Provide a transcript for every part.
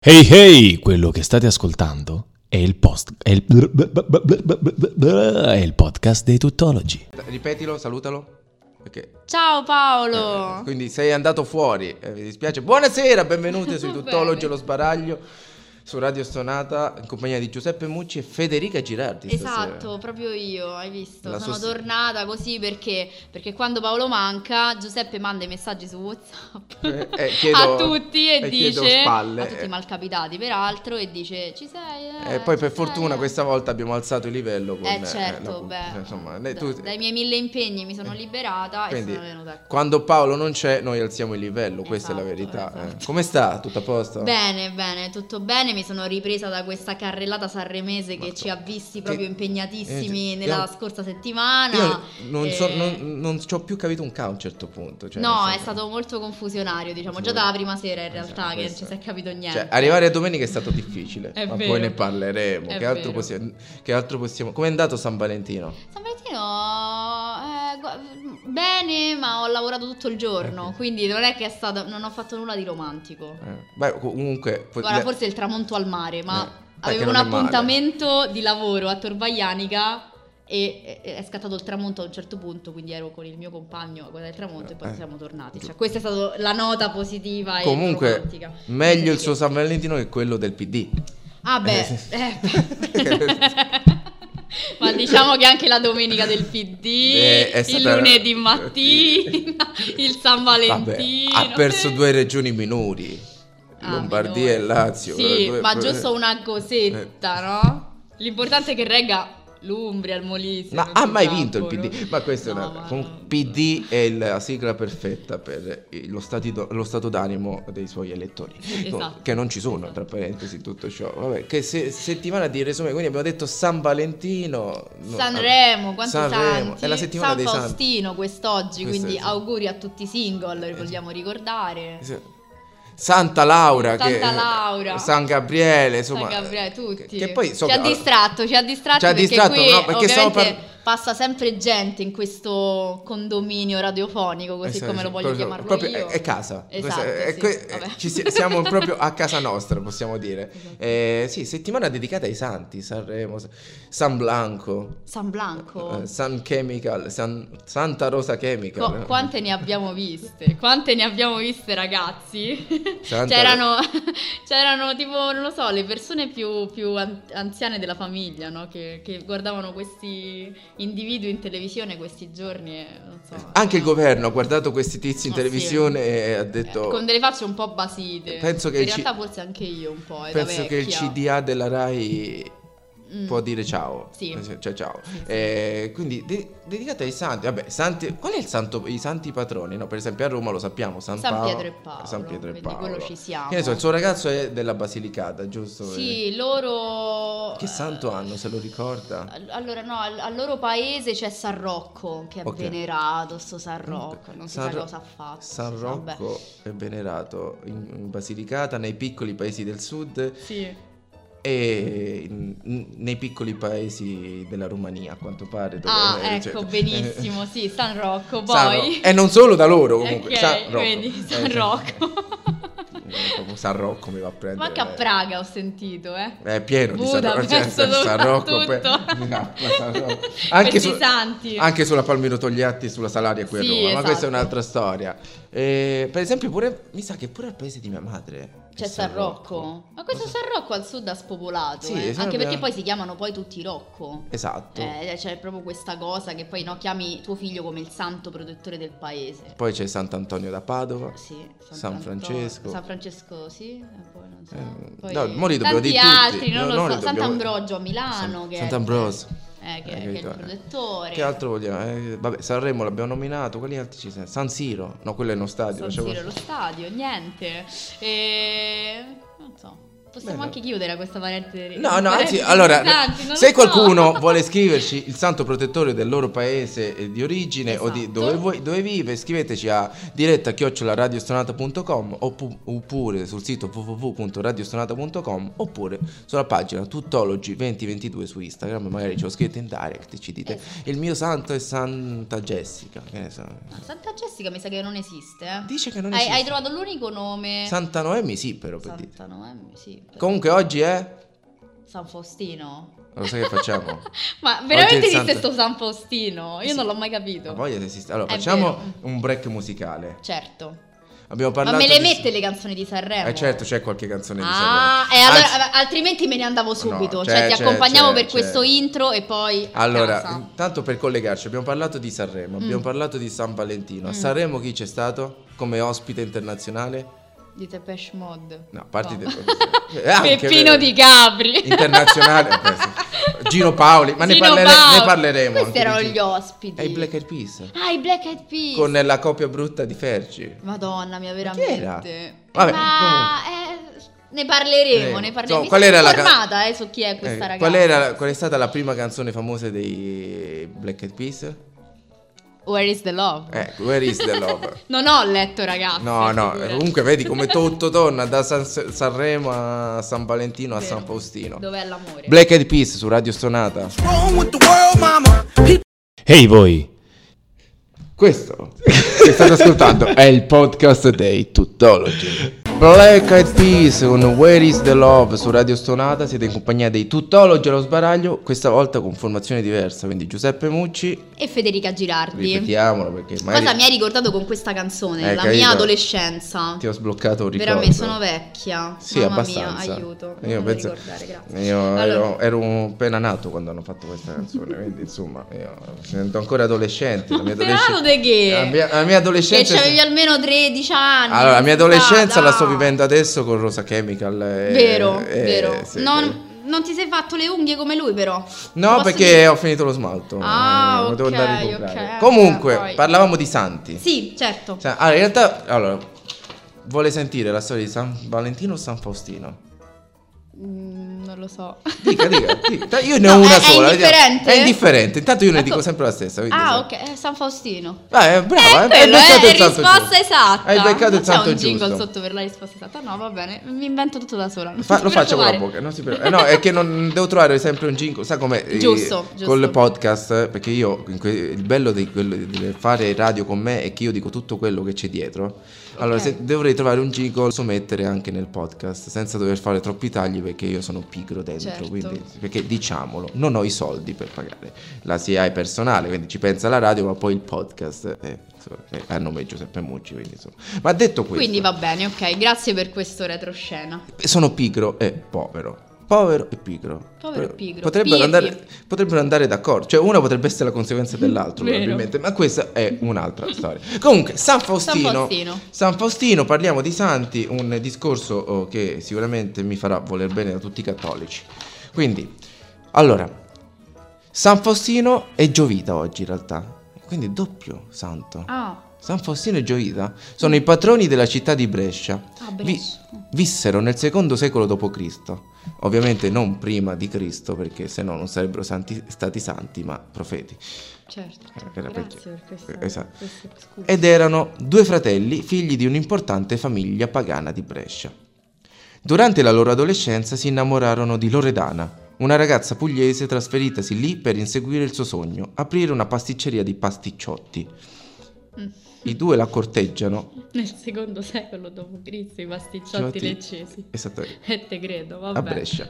Hey hey, quello che state ascoltando è il, post, è il, è il podcast dei tuttologi. Ripetilo, salutalo. Perché, Ciao eh, Paolo! quindi sei andato fuori, eh, mi dispiace. Buonasera, benvenuti sui Tuttologi e lo Sbaraglio su Radio Stonata in compagnia di Giuseppe Mucci e Federica Girardi. Esatto, proprio io, hai visto? La Sono sost- tornata così perché, perché quando Paolo manca, Giuseppe manda i messaggi su WhatsApp Eh, eh, chiedo- a tutti e, eh, chiedo dice: spalle, A tutti eh. i malcapitati, peraltro, e dice: Ci sei? eh, E poi ci per sei, fortuna eh." questa volta abbiamo alzato il livello con Eh certo, la- beh, insomma, da- ne- tu- dai miei mille impegni mi sono eh. liberata Quindi, e sono venuta qui. quando Paolo non c'è, noi alziamo il livello, questa è la Esatto, verità. eh. esatto. Come sta? Tutto a posto? Bene, bene, tutto bene, mi sono ripresa da questa carrellata sanremese che Marco, ci ha visti ti- proprio eh, impegnatissimi ti- nella io- scorsa settimana. Io non, so- eh, non- non ci ho più capito un cazzo a un certo punto. cioè, no, nel è senso- stato molto confusionario, diciamo, già Sì. dalla prima sera in realtà Esatto, che non questo ci è. si è capito niente. Cioè, arrivare a domenica è stato difficile, È ma vero. poi ne parleremo. È Che altro, vero. possiamo, che altro possiamo? Com'è andato San Valentino? San Valentino, eh, gu- bene, ma ho lavorato tutto il giorno, quindi non è che è stato, non ho fatto nulla di romantico. Eh, beh, comunque. po- Guarda, le- forse il tramonto al mare, ma Eh, perché avevo non un è male. appuntamento di lavoro a Torvaianica e e- è scattato il tramonto a un certo punto, quindi ero con il mio compagno a guardare il tramonto e poi Eh. siamo tornati. Cioè, questa è stata la nota positiva e Comunque, romantica. meglio il Sì. suo San Valentino che quello del PD. Ah Eh, beh, sì. eh, beh. ma diciamo che anche la domenica del PD, Eh, è il stata- lunedì mattina, il San Valentino. Vabbè, ha perso Eh. due regioni minori, Ah, Lombardia e minore. Lazio. eh, Sì, Due- Eh. ma giusto una cosetta, no? L'importante è che regga l'Umbria, il Molise. Eh. Ma non ha si mai sa, vinto il boh, PD? no? Ma questo è No, una... ma- comunque PD è il- la sigla perfetta per eh, lo, stati- lo stato d'animo dei suoi elettori. Esatto. No, Che non ci sono, Esatto. tra parentesi, tutto ciò. Vabbè, che se- settimana di resume, quindi abbiamo detto San Valentino. no, Sanremo, quanti Sanremo, santi? È la settimana San dei santi. Faustino quest'oggi, Questo quindi è- Eh auguri a tutti i single, li vogliamo ricordare. Santa Laura, che- eh, Santa Laura. San Gabriele, San insomma, eh, Gabriele, tutti. Che, che poi so ci ha che- distratto, ci ha distratto Ci ha perché distratto, qui no, perché stiamo ovviamente par- passa sempre gente in questo condominio radiofonico, così Esatto, come lo voglio proprio- chiamarlo proprio- io. È, è casa. Esatto, Questa- è- sì, que- eh, vabbè. ci si- siamo proprio a casa nostra, possiamo dire. Esatto. Eh, sì, settimana dedicata ai santi, Sanremo, San Blanco, San Blanco. eh, San Chemical, San- Santa Rosa Chemical. eh, Qu- quante ne abbiamo viste? Quante ne abbiamo viste, ragazzi? Santa- C'erano, c'erano tipo, non lo so, le persone più, più an- anziane della famiglia, no? Che, che guardavano questi individui in televisione questi giorni. e non so. Anche il governo ha guardato questi tizi in Ah, sì. televisione e ha Eh, detto... Con delle facce un po' basite. Penso che in il C- realtà forse anche io un po'. eh, da penso che il vecchia. CDA della RAI Mm. può dire ciao. Sì. Cioè, ciao. Eh, quindi de- dedicata ai santi. Vabbè, santi- qual è il santo, i santi patroni? No, per esempio a Roma lo sappiamo, San, San Paolo- Pietro e Paolo. San Pietro e quindi Paolo. quello ci siamo. Che ne so, il suo ragazzo è della Basilicata, giusto? Sì, loro... Eh, Che santo hanno, se lo ricorda? All- Allora, no, al, al loro paese c'è San Rocco, che è Ok. venerato, sto San Rocco, non si San sa Ro- cosa ha fatto. San vabbè. Rocco è venerato in, in Basilicata, nei piccoli paesi del sud Sì, e in- in- nei piccoli paesi della Romania, a quanto pare. dove- ah, eh, ecco, cioè- benissimo, sì, San Rocco, San Ro- poi... E non solo da loro comunque. Ok, San Rocco. vedi, Eh, San sì. Rocco. Eh, proprio San Rocco mi va a prendere. Ma anche a Praga ho sentito, eh. Eh, È pieno di San Rocco. Budapest, cioè, San Rocco, soprattutto. poi- No, San Rocco. Questi su- santi. anche sulla Palmiro Togliatti e sulla Salaria qui a Sì, Roma, ma esatto. questa è un'altra storia. Eh, per esempio pure, mi sa che pure al paese di mia madre. C'è è San Rocco. Ma questo Cosa- San Rocco al sud ha spopolato, Sì, eh. esatto, anche perché eh. poi si chiamano poi tutti Rocco. Esatto. Eh, c'è proprio questa cosa che poi no, chiami tuo figlio come il santo protettore del paese. Poi c'è Sant'Antonio da Padova. Sì, San, San Antonio- Francesco. San Francesco, sì, e poi non so. Eh, Poi no, mo li dobbiamo tanti dire tutti. altri, non No, lo no, so. li dobbiamo- Sant'Ambrogio a Milano, San- che, Sant'Ambrosio. eh, che- Eh, che è il capito, eh. protettore. Che altro vogliamo? Eh, vabbè, Sanremo l'abbiamo nominato, quali altri ci sono? San Siro, no, quello è uno stadio. San facciamo- Siro, lo stadio, niente. E... non so. possiamo Beh, no. anche chiudere questa parete. No, no, anzi, parentesi allora, importanti, Eh, non se lo so. qualcuno vuole scriverci il santo protettore del loro paese eh, di origine o di Esatto. dove, voi- dove vive, scriveteci a diretta chiocciolaradiostonata.com oppu- oppure sul sito www.radiostonata.com oppure sulla pagina Tuttology 2022 su Instagram, magari ce lo scrivete in direct e ci dite Esatto. il mio santo è Santa Jessica, che ne so. No, Santa Jessica mi sa che non esiste. eh. Dice che non hai, esiste. hai trovato l'unico nome. Santa Noemi sì, però per dire. Santa Noemi, sì. però- Comunque oggi è San Faustino. Lo sai che facciamo? Ma Oggi veramente è esiste Santa- sto San Faustino? Io non l'ho mai capito. Ma voglia se esiste. Allora, È facciamo vero. un break musicale. Certo. Abbiamo Ma parlato me le di- mette le canzoni di Sanremo? Eh certo, c'è qualche canzone di Ah, Sanremo. e allora, Anzi, altrimenti me ne andavo subito. No, cioè, c'è, ti c'è, accompagniamo c'è, per c'è. questo intro e poi. a allora, casa. intanto per collegarci, abbiamo parlato di Sanremo, abbiamo Mm. parlato di San Valentino. A Mm. Sanremo chi c'è stato come ospite internazionale? Di Depeche Mode. Boh. No, a parte No. de- eh, anche- Peppino Di Capri. Internazionale, eh, questo. Gino Paoli, ma ne Gino parlere- ne Paoli. parleremo Questi anche di erano Gino. gli ospiti. E i Black Eyed Peas Ah, i Black Eyed Peas. con la coppia brutta di Fergie. Madonna mia, era? veramente. Vabbè, Ma eh, ne parleremo, Eh, ne parleremo. insomma, Mi qual sono era la ca- informata, eh, su chi è Eh, questa ragazza. qual, era, qual è stata la prima canzone famosa dei Black Eyed Peas? Where is the love? Eh, Where is the love? non ho letto, ragazzi. No, no, figurati. comunque vedi come tutto torna da San- Sanremo a San Valentino a Vero. San Faustino. Dov'è l'amore? Black Eyed Peas su Radio Stonata. wrong with the world, mama? People Ehi voi! Questo che state ascoltando è il podcast dei Tuttologi. Black Eyed Peas con Where is the Love su Radio Stonata, siete in compagnia dei Tuttologi allo sbaraglio, questa volta con formazione diversa, quindi Giuseppe Mucci, E Federica Girardi. ripetiamolo perché magari Cosa mi hai ricordato con questa canzone? Eh, la capito. mia adolescenza. ti ho sbloccato un ricordo. Veramente sono vecchia. Sì, Mamma abbastanza. mia, aiuto. Io non penso- ricordare, grazie. Io ero, Allora. ero appena nato quando hanno fatto questa canzone, quindi insomma, io mi sento ancora adolescente. La mia, Appena nato adolesce- de che? la mia, la mia Che adolescenza. avevi almeno 13 anni. Allora, la mia dai, adolescenza la sto dai. vivendo adesso con Rosa Chemical. e- Vero, e- vero. sì, vero. non, non ti sei fatto le unghie come lui, però. No, Posso perché dire- ho finito lo smalto. Ah, eh, lo devo ok, andare a ricomprare. ok, Comunque, poi. parlavamo di santi. Sì, certo. Sa- Allora, in realtà, allora, vuole sentire la storia di San Valentino o San Faustino? Mm, non lo so. Dica, dica, dica. Io ne ho No, una è- è sola. vediamo. indifferente? È indifferente. Intanto io ne Ecco. dico sempre la stessa. quindi Ah, sa- ok, eh, San Faustino. Ah, eh, brava, Eh, hai quello, beccato eh, il tanto risposta giusto. esatta. Hai beccato il Non c'è tanto un jingle giusto. sotto per la risposta esatta. No, va bene, mi invento tutto da sola. non Fa- ti lo faccio con la preoccupare. bocca, non si preoccupa. Eh, no, è che non devo trovare sempre un jingle, sai come eh, Giusto, giusto. col podcast, eh, perché io in que- il bello di, quello di- di fare radio con me è che io dico tutto quello che c'è dietro. Allora, Ok. se dovrei trovare un jingle, posso mettere anche nel podcast senza dover fare troppi tagli perché io sono pigro dentro, Certo. quindi perché diciamolo, non ho i soldi per pagare la CI personale, quindi ci pensa la radio, ma poi il podcast eh, insomma, è a nome di Giuseppe Mucci, quindi insomma. Ma detto questo, Quindi va bene, ok, grazie per questo retroscena. sono pigro e povero. Povero e pigro. Povero e pigro. Potrebbero Pirri. andare, potrebbero andare d'accordo. Cioè, una potrebbe essere la conseguenza dell'altro, Vero. probabilmente. Ma questa è un'altra storia. Comunque, San Faustino. San Faustino. San Faustino, parliamo di santi, un discorso oh, che sicuramente mi farà voler bene da tutti i cattolici. Quindi, allora, San Faustino è Giovita oggi in realtà. Quindi doppio santo. Ah, San Faustino e Giovita sono i patroni della città di Brescia. ah Vi- Brescia. vissero nel secondo secolo d.C. Ovviamente non prima di Cristo, perché se no non sarebbero santi- stati santi, ma profeti. Certo. Eh, Era Grazie perché- per questo. esatto. questo scusa. Ed erano due fratelli, figli di un'importante famiglia pagana di Brescia. Durante la loro adolescenza si innamorarono di Loredana, una ragazza pugliese trasferitasi lì per inseguire il suo sogno, aprire una pasticceria di pasticciotti. Mm. I due la corteggiano. Nel secondo secolo dopo Cristo i pasticciotti Ciotti- leccesi. Esattamente. E te credo, vabbè. A Brescia.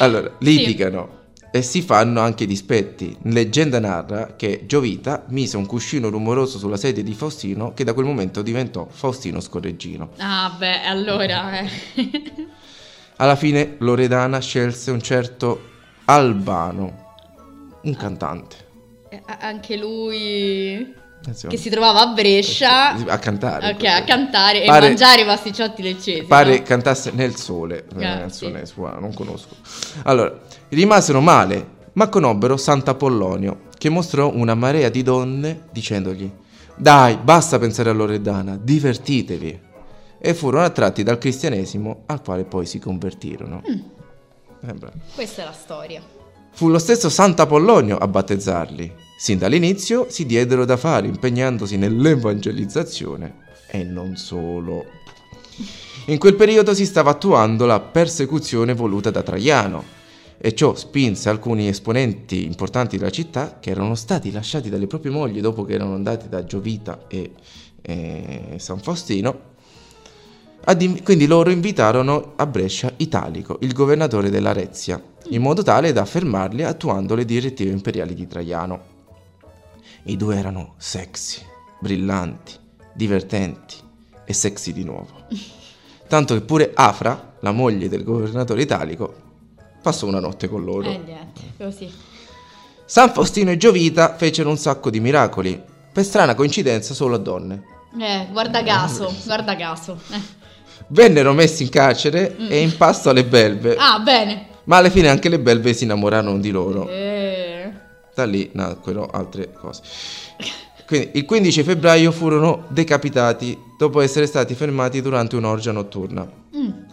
Allora, litigano e si fanno anche dispetti. Leggenda narra che Giovita mise un cuscino rumoroso sulla sedia di Faustino che da quel momento diventò Faustino Scorreggino. Ah, beh, allora. eh. Alla fine Loredana scelse un certo Albano, un cantante. Eh, a- Anche lui Insomma, che si trovava a Brescia Eh, a cantare. ok, a cantare e Pare- mangiare i pasticciotti leccesi. Pare no? cantasse nel sole, eh, una Grazie. canzone sua, ah, non conosco. Allora, rimasero male, ma conobbero Sant'Apollonio, che mostrò una marea di donne dicendogli: Dai, basta pensare a Loredana, divertitevi. e furono attratti dal cristianesimo al quale poi si convertirono. Mm. Eh, Sembra. Questa è la storia. Fu lo stesso Sant'Apollonio a battezzarli. Sin dall'inizio si diedero da fare impegnandosi nell'evangelizzazione e non solo. In quel periodo si stava attuando la persecuzione voluta da Traiano e ciò spinse alcuni esponenti importanti della città che erano stati lasciati dalle proprie mogli dopo che erano andati da Giovita e, e San Faustino. ad in- quindi loro invitarono a Brescia Italico, il governatore dell'Arezia, in modo tale da fermarli attuando le direttive imperiali di Traiano. I due erano sexy, brillanti, divertenti e sexy di nuovo. Tanto che pure Afra, la moglie del governatore italico, passò una notte con loro. Eh niente, così. San Faustino e Giovita fecero un sacco di miracoli, per strana coincidenza solo a donne. Eh, guarda caso, guarda caso. Eh. Vennero messi in carcere Mm. e in pasto alle belve, Ah, bene. ma alla fine anche le belve si innamorarono di loro. Eh. Da lì nacquero altre cose. Quindi il 15 febbraio furono decapitati dopo essere stati fermati durante un'orgia notturna. Mm. Eh.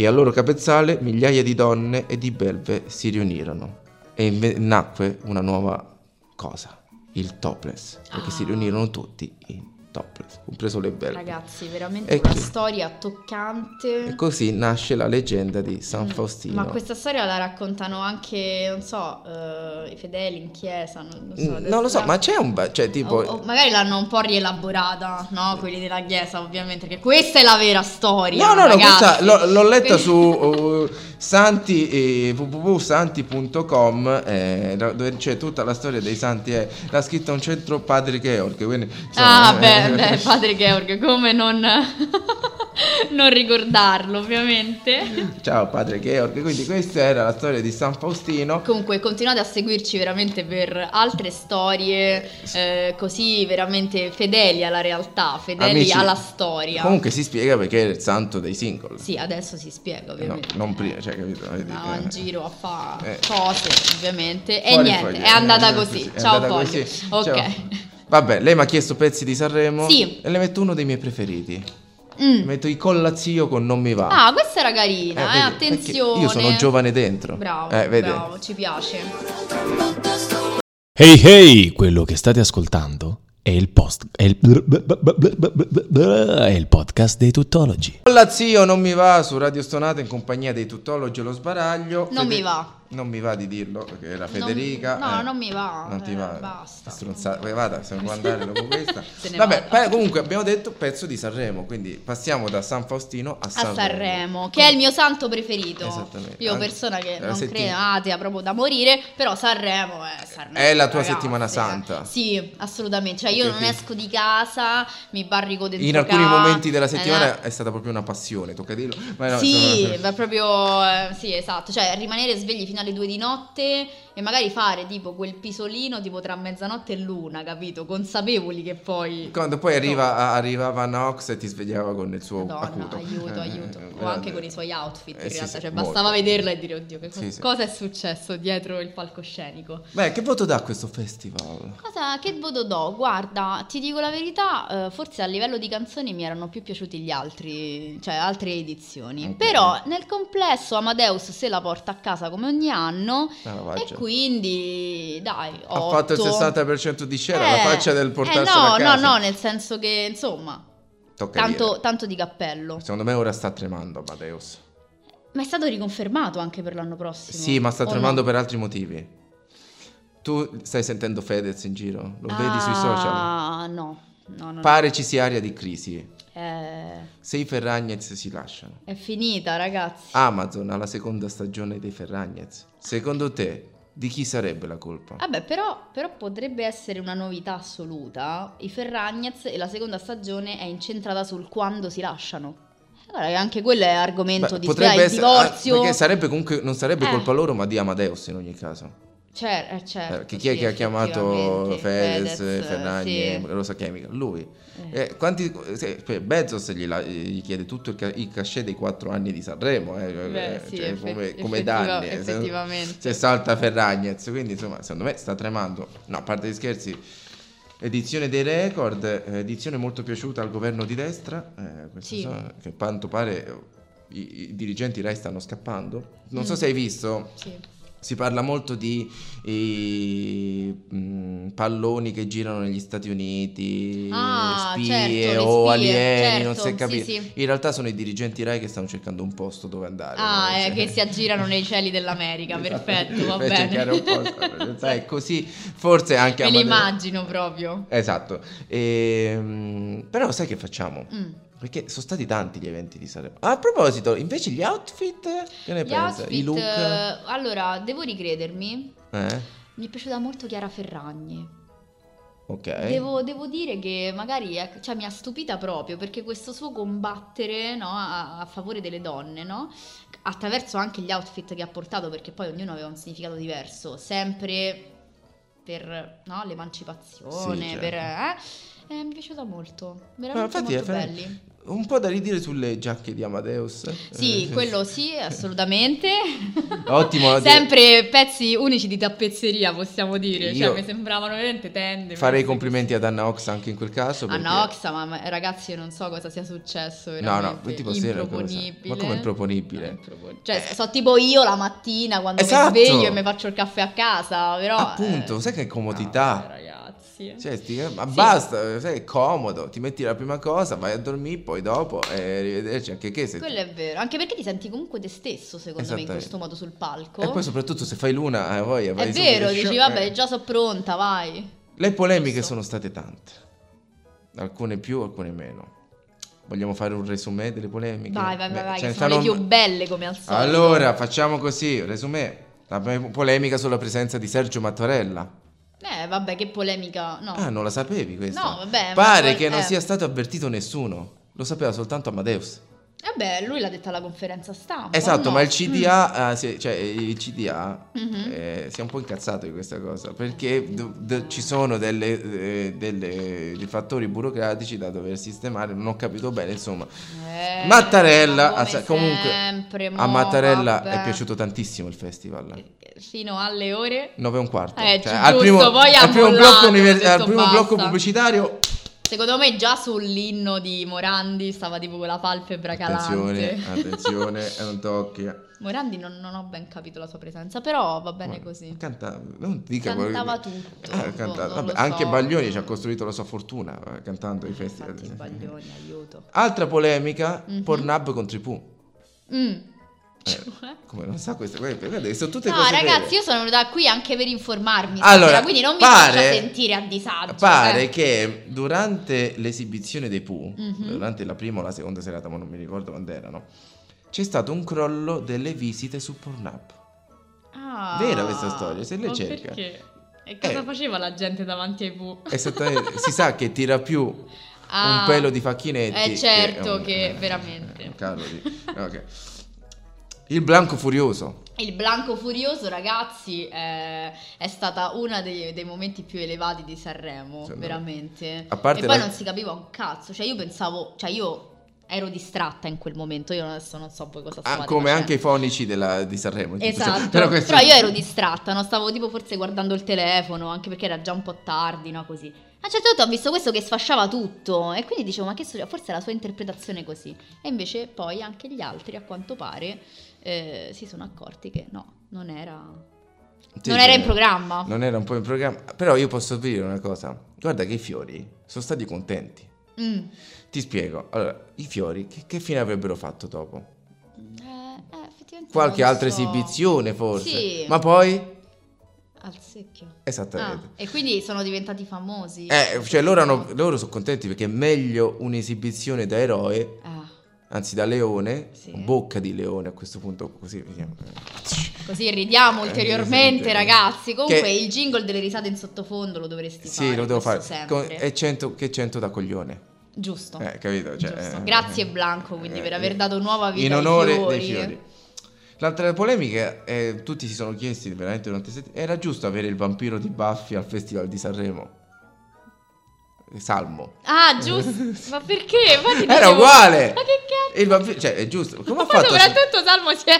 e al loro capezzale migliaia di donne e di belve si riunirono e inve- nacque una nuova cosa, il topless, perché Ah. si riunirono tutti in topless, compreso le belve. Ragazzi, veramente E una chi- storia toccante. Eh, E così nasce la leggenda di San Mm, Faustino. Ma questa storia la raccontano anche, non so, eh, i fedeli in chiesa, non, non so. Mm, adesso- non lo so, ma c'è un... ba- cioè tipo... O- o magari l'hanno un po' rielaborata, no? Quelli della chiesa, ovviamente, perché questa è la vera storia. No, no, no, ragazzi. questa l'ho, l'ho letta Quindi- su uh, santi, eh, www.santi.com eh, da- dove c'è tutta la storia dei santi. eh. l'ha scritta un centro padre Georg. Quindi, insomma, Ah, beh, eh, beh, padre Georg, come non, non ricordarlo, ovviamente. Ciao padre Georg, quindi questa era la storia di San Faustino. Comunque, continuate a seguirci veramente per altre storie eh, così veramente fedeli alla realtà, fedeli Amici, alla storia. Comunque si spiega perché era il santo dei single. Sì, adesso si spiega, Eh, no, ovviamente. non prima, cioè capito? Vedi, Andava eh. in giro a fare Eh. cose, ovviamente. E Fuori niente, Foglio, è andata eh, così. è Ciao andata Foglio. così. Ok. Ciao. Vabbè, lei mi ha chiesto pezzi di Sanremo Sì. e le metto uno dei miei preferiti. Mm. Metto i collazio con Non mi va. Ah, questa era Eh, carina, eh, vedi, perché attenzione. Io sono giovane dentro. Bravo, Eh, vedi? bravo, ci piace. Hey hey, quello che state ascoltando è il post è il, è il podcast dei tuttologi. Collazio non mi va su Radio Stonata in compagnia dei tutologi e lo sbaraglio. Non Fede- mi va. Non mi va di dirlo, perché era Non- Federica. no, eh. non mi va, Non ti eh, va. basta. Stronzata. Vai, vada, se non può andare dopo questa. Se ne Vabbè, vada. pe- comunque abbiamo detto pezzo di Sanremo, quindi passiamo da San Faustino a A Sanremo. Sanremo, che è il mio santo preferito. Esattamente. Io, An- eh, persona che la non settim- credo atea proprio da morire, però Sanremo è Sanremo. È la tua ragazzi. eh. settimana santa. Sì, assolutamente. Cioè, io Ok, non ok. esco di casa, mi barrico dentro In alcuni ca- momenti della eh, settimana è stata proprio una passione, tocca dirlo. Ma Eh, no, sì, sono- ma proprio eh, sì, esatto. Cioè, rimanere svegli fino alle due di notte e magari fare tipo quel pisolino tipo tra mezzanotte e l'una, capito? Consapevoli che poi. eh, Quando poi arriva, a- arrivava Nox e ti svegliava con il suo certo. Madonna, acuto. aiuto, Eh, aiuto. eh, o anche veramente. con i suoi outfit, Eh, in sì, realtà. sì, cioè, molto. bastava vederla e dire, oddio, che co- Sì, sì. cosa è successo dietro il palcoscenico. Beh, che voto dà questo festival? Cosa, che voto do? Guarda, ti dico la verità, eh, forse a livello di canzoni mi erano più piaciuti gli altri, cioè altre edizioni. Ok. Però nel complesso Amadeus se la porta a casa come ogni anno e Caravaggio. quindi dai, Ha fatto il 8. 60% di share Eh, la faccia del portarsela eh, no, a casa. No, no, nel senso che insomma, Tocca tanto, dire. tanto di cappello. Secondo me ora sta tremando Amadeus. Ma è stato riconfermato anche per l'anno prossimo. Sì, ma sta o Oh, no? tremando per altri motivi. Tu stai sentendo Fedez in giro? Lo vedi sui social? Ah, no, no, no. Pare ci sia aria di crisi. no. Eh, Se i Ferragnez si lasciano. è finita, ragazzi. Amazon ha la seconda stagione dei Ferragnez. Secondo te, di chi sarebbe la colpa? Vabbè, però, però potrebbe essere una novità assoluta. I Ferragnez e la seconda stagione è incentrata sul quando si lasciano. Allora, anche quello è Beh, argomento di dai, il essere- ah, divorzio. perché sarebbe comunque, non sarebbe Eh. colpa loro, ma di Amadeus in ogni caso. Cioè, eh, certo, Eh, che chi è sì, che ha chiamato effettivamente. Fedez, Fedez, Ferragni, sì. Rosa Chemica? Lui. Eh, Eh, quanti- se- cioè, Bezos gli, la- gli chiede tutto il, ca- il cachet dei quattro anni di Sanremo, eh, beh, eh, sì, cioè, effe- come, come effettiva- danni. eh, se- Effettivamente. se salta Ferragnez, quindi insomma, secondo me sta tremando. No, a parte gli scherzi, Edizione dei record, eh, edizione molto piaciuta al governo di destra, eh, questo Sì. so- che a quanto pare eh, i, i dirigenti Rai stanno scappando. Non so Mm. se hai visto, Sì. si parla molto di eh, mh, palloni che girano negli Stati Uniti, Ah, spie certo, le o spie, alieni, non certo, si è sì, capito. sì. In realtà sono i dirigenti Rai che stanno cercando un posto dove andare. Ah, no? eh, Cioè- che si aggirano nei cieli dell'America, Esatto, perfetto, va per bene. cercare un cioè, posto. Sai, così forse anche Me a li Madre- immagino proprio. Esatto. Ehm, però sai che facciamo? Mm. Perché sono stati tanti gli eventi di Sanremo. A proposito, invece gli outfit, che ne Gli pensa? outfit, I look? eh, allora, devo ricredermi. Eh? Mi è piaciuta molto Chiara Ferragni. Ok. Devo, devo dire che magari eh, cioè, mi ha stupita proprio perché questo suo combattere no, a, a favore delle donne, no, attraverso anche gli outfit che ha portato, perché poi ognuno aveva un significato diverso, sempre per no, l'emancipazione, Sì, certo. per, eh, eh, mi è piaciuta molto, Ma veramente infatti, molto eh, Fer- belli. Un po' da ridire sulle giacche di Amadeus. Sì, Eh, quello sì, assolutamente. Ottimo. eh, Sempre pezzi unici di tappezzeria, possiamo dire. Io Cioè, mi sembravano veramente tende. Eh, Farei veramente i complimenti ad Anna Ox anche in quel caso. così. A perché- Noxa, Ah, ma- ma ragazzi, io non so cosa sia successo. No, no, veramente. tipo sera cosa- improponibile. Ma come improponibile? No, improponibile. Cioè, Eh. so tipo io la mattina quando Esatto. mi sveglio e mi faccio il caffè a casa, però... Appunto, eh, sai che comodità. no, ragazzi. Cioè, sti- ma Sì. basta, sai, è comodo, ti metti la prima cosa, vai a dormire, poi dopo e arrivederci anche che se... Quello è vero, anche perché ti senti comunque te stesso, secondo me, in Esattamente. questo modo sul palco. E poi soprattutto se fai l'una eh, a voglia, vai È subito, vero, dici sciop- vabbè eh. già so pronta, vai. Le polemiche Giusto. sono state tante, alcune più, alcune meno. Vogliamo fare un resumé delle polemiche? Vai, vai, Beh, vai, vai, ce che ne sono le stanno- più belle come al solito. Allora, facciamo così, resumé. La prima polemica sulla presenza di Sergio Mattarella. Eh, vabbè, che polemica. No. Ah, non la sapevi questa? No, vabbè, ma Pare poi- che non eh. sia stato avvertito nessuno, lo sapeva soltanto Amadeus. Vabbè, lui l'ha detta alla conferenza stampa. Esatto, no? ma il Mm. CDA, eh, si- cioè il CDA Mhm. eh, si è un po' incazzato di questa cosa perché do- do- ci sono delle, eh, delle- dei fattori burocratici da dover sistemare. Non ho capito bene, insomma. Eh, Mattarella, ma ah, come sa- comunque sempre, a mo, Mattarella vabbè. è piaciuto tantissimo il festival. Fino alle ore. 9 e un quarto. Eh, Cioè, giusto, al primo, poi ha al primo mollato, blocco, univer- ha detto al primo basta. blocco pubblicitario, Secondo me già sull'inno di Morandi stava tipo quella palpebra calante. attenzione, attenzione, non tocchi. eh. Morandi non, non ho ben capito la sua presenza, però va bene così. Cantava, non dica quello che- Cantava tutto. Ah, boh, canta- non vabbè, lo anche so. Baglioni ci ha costruito la sua fortuna eh, cantando i eh. festival. Infatti, Baglioni, aiuto. Altra polemica, Mhm. Pornhub contro i Pooh. Mm. Eh, Cioè? Come non sa questa guarda, guarda, sono tutte No, cose ragazzi, vere. io sono venuta qui anche per informarmi. Allora, stasera, quindi non mi pare- faccia sentire a disagio. Pare eh. che durante l'esibizione dei Pooh, Mhm. durante la prima o la seconda serata, ma non mi ricordo quando erano, c'è stato un crollo delle visite su Pornhub. Ah, Vera questa storia, se lei ma cerca. Perché? E cosa Eh. faceva la gente davanti ai Pooh? Esattamente, si sa che tira più Ah, un pelo di facchinetti. Eh certo un- che eh, veramente. un carro di- ok. Il Blanco Furioso. Il Blanco Furioso, ragazzi, eh, è stata uno dei, dei momenti più elevati di Sanremo, Sì, no. veramente. A parte e poi la- non si capiva un cazzo, cioè io pensavo, cioè io ero distratta in quel momento, io adesso non so voi Ah, cosa stavate come facendo. anche i fonici della- di Sanremo. Però Esatto, però, questo- io ero distratta, no? stavo tipo forse guardando il telefono, anche perché era già un po' tardi, no? Così. A un certo punto ho visto questo che sfasciava tutto e quindi dicevo, ma che storia, forse è la sua interpretazione così. E invece poi anche gli altri, a quanto pare, eh, si sono accorti che no, non era, Sì, non era eh, in programma. Non era un po' in programma. Però io posso dire una cosa. Guarda che i fiori sono stati contenti. Mm. Ti spiego. Allora, i fiori che, che fine avrebbero fatto dopo? Eh, eh, effettivamente Qualche non lo altra so. esibizione forse. Sì. Ma poi... Al secchio. Esattamente. Ah, e quindi sono diventati famosi. Eh, cioè loro, hanno- loro sono contenti perché è meglio un'esibizione da eroe, Ah, anzi da leone, Sì. bocca di leone a questo punto, così mi chiamo. Così ridiamo Eh, ulteriormente, sì. ragazzi. Comunque, Che- il jingle delle risate in sottofondo lo dovresti fare. Sì, lo devo fare. questo Con- Sempre. e 100, che 100 da coglione. Giusto. Eh, capito? Cioè, Giusto. eh, Grazie eh, Blanco, quindi, eh, per aver dato nuova vita In ai onore dei fiori. fiori. L'altra polemica, eh, tutti si sono chiesti veramente durante settimane, era giusto avere il vampiro di Baffi al Festival di Sanremo? Salmo. Ah, giusto. Ma perché? Infatti Era dicevo, uguale. Ma che cazzo? Il vampiro, cioè, è giusto. Come ha Poi fatto? soprattutto Salmo si è,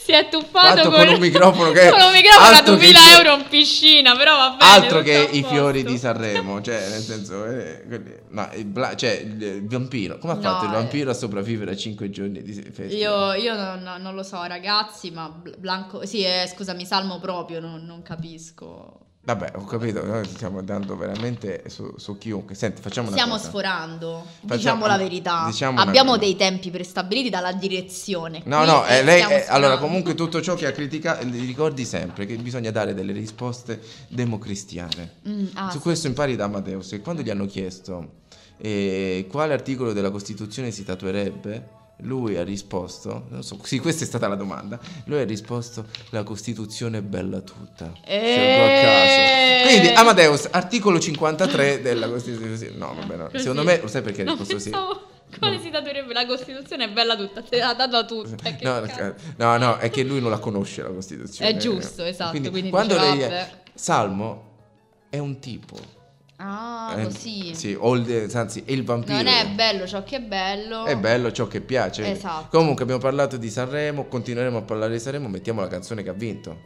si è Fatto tuffato con, con un microfono che- con un microfono a altro che 2000 i fiori- euro in piscina, però va bene. Altro che tutto a i posto. fiori di Sanremo, cioè, nel senso, eh, quelli- ma il, bla- cioè, il, il vampiro, come ha No, fatto il eh. vampiro a sopravvivere a 5 giorni di festival? Io, io non, non lo so, ragazzi, ma Bl- Blanco... Sì, eh, scusami, Salmo proprio, non, non capisco. Vabbè, ho capito, noi stiamo andando veramente su, su chiunque. Senti, facciamo una Stiamo cosa. sforando, Facciamo- diciamo la verità. diciamo una Abbiamo cosa. dei tempi prestabiliti dalla direzione. No, Qui, no, eh, eh, lei, stiamo eh, allora sforando. comunque tutto ciò che ha criticato, li ricordi sempre che bisogna dare delle risposte democristiane. Mm, ah, Su sì. questo impari da Amadeus che quando gli hanno chiesto eh, quale articolo della Costituzione si tatuerebbe, lui ha risposto, non so, sì questa è stata la domanda, lui ha risposto la Costituzione è bella tutta. Scelgo a Eh. caso. Quindi Amadeus, articolo 53 della Costituzione. No, vabbè, no. Così. secondo me, lo sai perché ha No, risposto sì? pensavo- Quale si tatuerebbe la Costituzione? È bella tutta, te l'ha data tutta. Che No, eh, cazzo. no, no, è che lui non la conosce la Costituzione. È giusto, esatto, quindi quando dice, lei è- vabbè. Salmo è un tipo. Ah, Eh, così. Sì, o il- anzi, è il vampiro. Non è bello ciò che è bello. È bello ciò che piace. Esatto. Comunque abbiamo parlato di Sanremo, continueremo a parlare di Sanremo, mettiamo la canzone che ha vinto.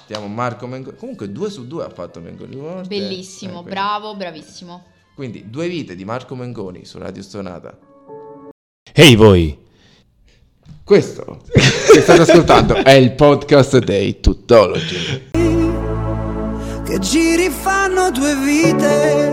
Mettiamo Marco Mengoni. Comunque 2 su 2 ha fatto Mengoni. Forte. Eh, Bellissimo, quindi- bravo, bravissimo. Quindi due vite di Marco Mengoni su Radio Stonata. Ehi voi! Questo che state ascoltando è il podcast dei Tuttologi. Che giri fanno due vite,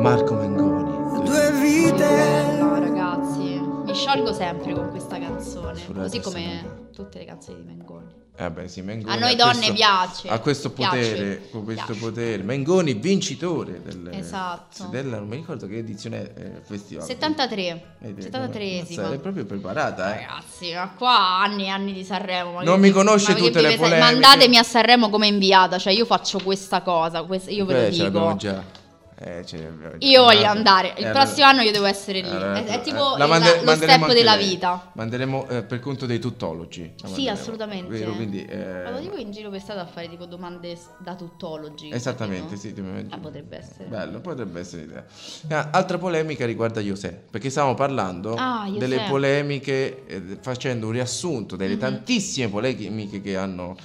Marco Mengoni. due vite. No, ragazzi, mi sciolgo sempre con questa canzone, Sulla così testa come mia. tutte le canzoni di Mengoni. Eh beh, sì, Mengoni A noi questo- donne piace. Ha questo Piace. potere, con questo Piace. potere. Mengoni vincitore del Esatto. della- non mi ricordo che edizione è eh, festival. 73, Vedi, mazza, È 73esima. proprio preparata, eh. Ragazzi, ma qua anni e anni di Sanremo. ma Non che- mi conosce ma che tutte le vi pensate? polemiche. Mandatemi a Sanremo come inviata, cioè io faccio questa cosa, quest- io ve Beh, lo ce l'abbiamo dico. già. Eh, ce l'abbiamo già. Io voglio Guarda. andare, Eh, il allora- prossimo anno io devo essere lì. allora- È, è tipo eh, la il- mande- lo manderemo step anche della lei. vita. Manderemo eh, per conto dei tuttologi. la Sì, manderemo. assolutamente. Vero, quindi, eh, Vado di voi in giro per strada a fare tipo domande s- da tuttologi. Esattamente, capito? sì, ti immagini. Ah, potrebbe essere. Bello, potrebbe essere l'idea. Ah, Altra polemica riguarda José, perché stavamo parlando Ah, José. delle polemiche, eh, facendo un riassunto delle Mhm. tantissime polemiche che hanno,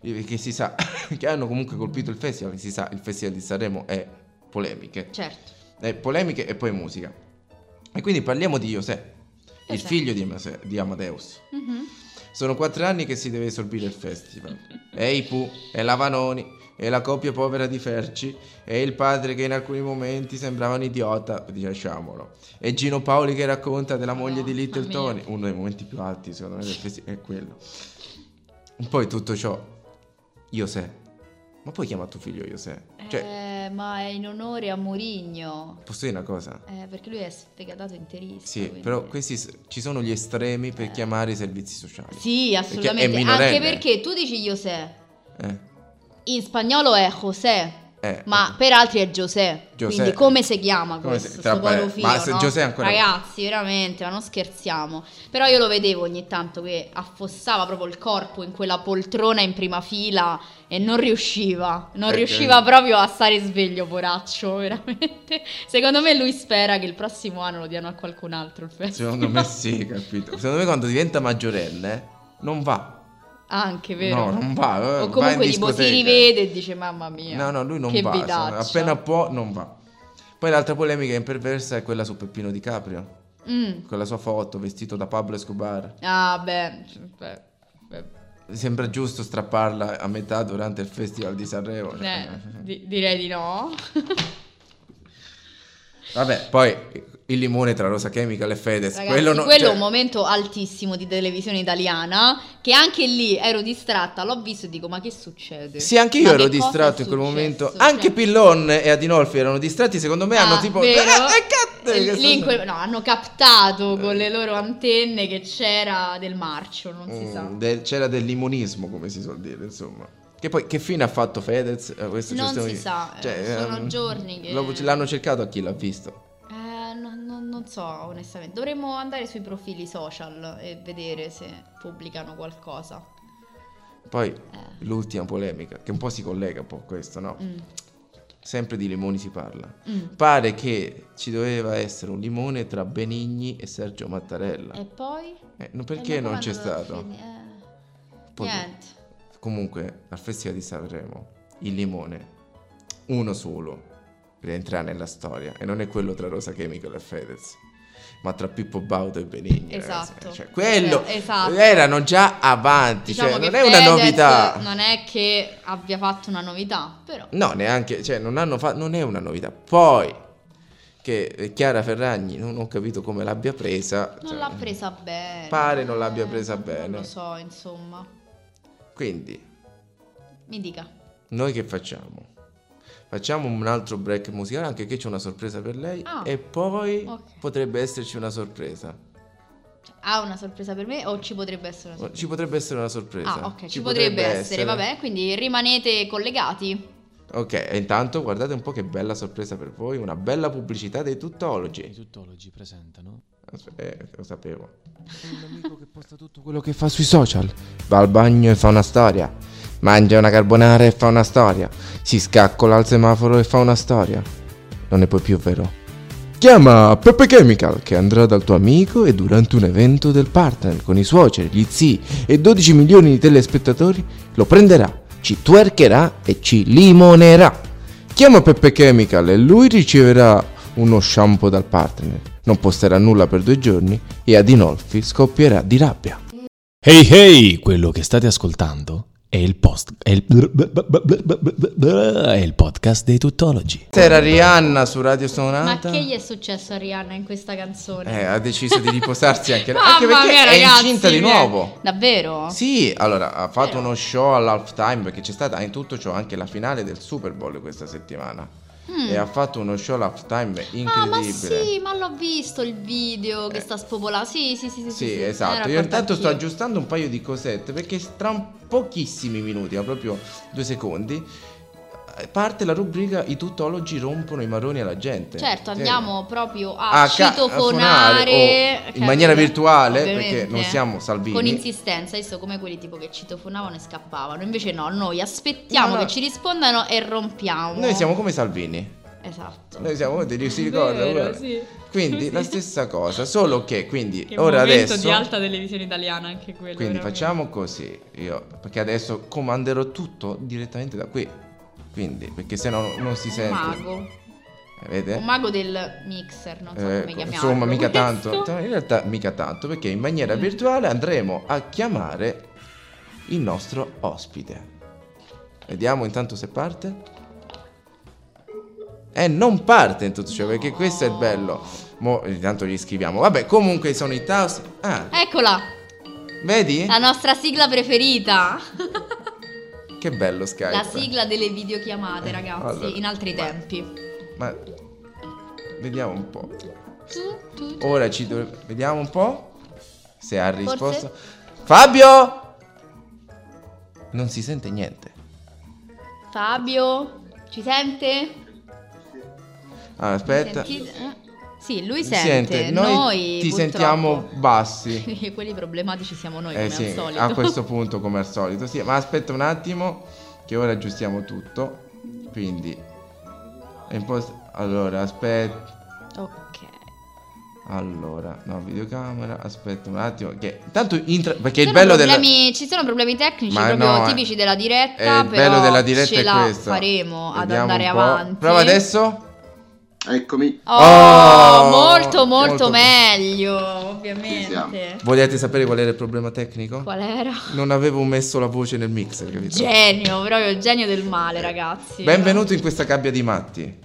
eh, che si sa, che hanno comunque colpito il festival, che si sa, il festival di Sanremo è polemiche, Certo. Eh, polemiche e poi musica. E quindi parliamo di José, il José. figlio di Amase- di Amadeus. Mhm. Sono quattro anni che si deve sorbire il festival. E i Pooh, e la Vanoni, e la coppia povera di Ferci, e il padre che in alcuni momenti sembrava un idiota, diciamolo. E Gino Paoli che racconta della moglie di Madonna Little mia. Tony, uno dei momenti più alti secondo me del festival è quello. Poi tutto ciò, José. Ma puoi chiamare tuo figlio José? Cioè, Eh, ma è in onore a Mourinho. posso dire una cosa? Eh, perché lui è sfegatato interista. Sì, quindi- però questi s- ci sono gli estremi per chiamare i servizi sociali. Eh. Sì, assolutamente. Perché è minorenne. Anche perché tu dici José. Eh, In spagnolo è José. eh. Ma per altri è José. José. eh. Quindi come si chiama Come questo? si- tra sto povero pare- figlio, ma se no? José ancora- Ragazzi, veramente, ma non scherziamo. Però io lo vedevo ogni tanto che affossava proprio il corpo in quella poltrona in prima fila e non riusciva. Non Perché- riusciva proprio a stare sveglio, poraccio, veramente. Secondo me lui spera che il prossimo anno lo diano a qualcun altro il festival. Secondo me sì, capito. Secondo me quando diventa maggiorenne non va. Anche, No, vero? non va. eh, O va in comunque tipo si discoteca. rivede e dice mamma mia. No, no, lui non che va. vitaccia." insomma, Appena può non va. Poi l'altra polemica imperversa è quella su Peppino Di Caprio. Mm. Con la sua foto vestito da Pablo Escobar. Ah, beh. cioè, beh, beh, Mi Sembra giusto strapparla a metà durante il festival di Sanremo. cioè, eh, di- direi di no. Vabbè, poi il limone tra Rosa Chemical e Fedez. Ragazzi, quello, quello no, è cioè, un momento altissimo di televisione italiana. Che anche lì ero distratta, l'ho visto e dico: Ma che succede? Sì, anche io Ma ero che cosa distratto è in quel successo? momento. Cioè- Anche Pillon e Adinolfi erano distratti. Secondo me hanno Ah, tipo. vero? "Ah, eh, cazzo, Eh, che Eh. lì in sto- quel- no, hanno captato con le loro antenne che c'era del marcio, non si Mm, sa. del- c'era del limonismo, come si suol dire, insomma. Che poi che fine ha fatto Fedez? Eh, questo ci Non stiamo- si sa, eh, sono ehm, giorni che- lo- L'hanno cercato a chi l'ha visto. Eh, no- no- non so, onestamente. Dovremmo andare sui profili social e vedere se pubblicano qualcosa. Poi Eh. l'ultima polemica, che un po' si collega un po' a questo, no? Mm. sempre di limoni si parla. Mm. Pare che ci doveva essere un limone tra Benigni e Sergio Mattarella. E poi? Eh, no, perché E ma non come c'è andava a stato? finire? Eh, Poi- Niente. Comunque, al Festival di Sanremo, il limone, uno solo, rientra nella storia. E non è quello tra Rosa Chemical e Fedez, ma tra Pippo Baudo e Benigni. ragazzi. Esatto. Cioè, quello Eh, esatto. erano già avanti, Diciamo cioè, che non è una Fedez novità. Non è che abbia fatto una novità, però. No, neanche, cioè non hanno fatto, non è una novità. Poi che Chiara Ferragni non ho capito come l'abbia presa. Non cioè, l'ha presa bene. Pare non l'abbia presa Eh, bene. Non lo so, insomma. Quindi, Mi dica. noi che facciamo? Facciamo un altro break musicale anche che c'è una sorpresa per lei Ah. e poi Ok. potrebbe esserci una sorpresa. Cioè, Ha una sorpresa per me o ci potrebbe essere una sorpresa? Ci potrebbe essere una sorpresa. Ah, ok, ci, potrebbe, essere, vabbè, quindi rimanete collegati. Ok, e intanto guardate un po' che bella sorpresa per voi, una bella pubblicità dei tuttologi. tuttologi presentano Aspe- eh, lo sapevo. un amico che posta tutto quello che fa sui social. Va al bagno e fa una storia. Mangia una carbonara e fa una storia. Si scaccola al semaforo e fa una storia. Non ne puoi più, vero? Chiama Peppe Chemical che andrà dal tuo amico e durante un evento del partner con i suoceri, gli zii e 12 milioni di telespettatori lo prenderà, ci twercherà e ci limonerà. Chiama Peppe Chemical e lui riceverà uno shampoo dal partner, non posterà nulla per due giorni e Adinolfi scoppierà di rabbia. Hey hey, quello che state ascoltando è il post è il, è il podcast dei tuttologi. Era Rihanna su Radio Ma Sonata. che gli è successo a Rihanna in questa canzone? Ah, Eh, ha deciso di riposarsi anche, Mamma anche perché mia, è ragazzi, incinta di mi- nuovo. Davvero? Sì, allora ha fatto Vero. uno show all'halftime perché c'è stata in tutto ciò anche la finale del Super Bowl questa settimana. Mm. E ha fatto uno show all'halftime incredibile. Eh. Ah, ma sì, ma l'ho visto il video che sta spopolando. Sì, sì, sì, sì. Sì, sì, esatto. Eh, Io racconta intanto sto anch'io. aggiustando un paio di cosette perché tra un- pochissimi minuti, ma proprio due secondi, eh, parte la rubrica I tutologi rompono i maroni alla gente. Certo, Sì. andiamo proprio a a, ca- a citofonare suonare, o in Capito? maniera virtuale, Ovviamente. perché non siamo Salvini. Con insistenza, visto come quelli tipo che citofonavano e scappavano. Invece no, noi aspettiamo No, no. che ci rispondano e rompiamo. Noi siamo come Salvini. Esatto. Noi siamo come degli- si ricorda, Vero, guarda. sì. Quindi la stessa cosa, solo che quindi Che ora momento adesso di alta televisione italiana anche quello. quindi veramente. facciamo così, io perché adesso comanderò tutto direttamente da qui. Quindi, perché se no non si Un sente. mago. Eh, Vede? Un mago del mixer, non so Eh, come chiamarlo. insomma, mica tanto. questo. Mm. In realtà mica tanto, perché in maniera virtuale andremo a chiamare il nostro ospite. Vediamo intanto se parte. Eh, non parte in tutto ciò, perché questo è il bello. Mo, intanto gli scriviamo. Vabbè, comunque sono i taus. Ah, Eccola, vedi? la nostra sigla preferita. Che bello Skype. La sigla delle videochiamate, ragazzi, Eh, Allora, in altri ma- tempi. Ma vediamo un po'. Ora ci dovrebbe... Vediamo un po' se ha risposto. Fabio! Non si sente niente. Fabio, ci sente? Allora, Ah, aspetta. Sentite? Eh? Sì, lui Si sente. Noi, ti purtroppo- sentiamo bassi. Quelli problematici siamo noi, Eh come al sì, solito. a questo punto come al solito. Sì, ma aspetta un attimo che ora aggiustiamo tutto. Quindi è impost- allora, aspetta Ok. Allora, no, videocamera, aspetta un attimo che tanto intra- perché Sono il bello della problemi- Ci sono problemi tecnici Ma proprio no, eh. tipici della diretta. Eh, il però bello della diretta ce è la questo. faremo ad Vediamo andare un po'. avanti. Prova adesso. Eccomi, Oh, Oh, molto, molto, molto- meglio, Ci siamo. ovviamente. Volete sapere qual era il problema tecnico? Qual era? Non avevo messo la voce nel mixer, capito? Genio, proprio il genio del male, ragazzi. Benvenuto in questa gabbia di matti.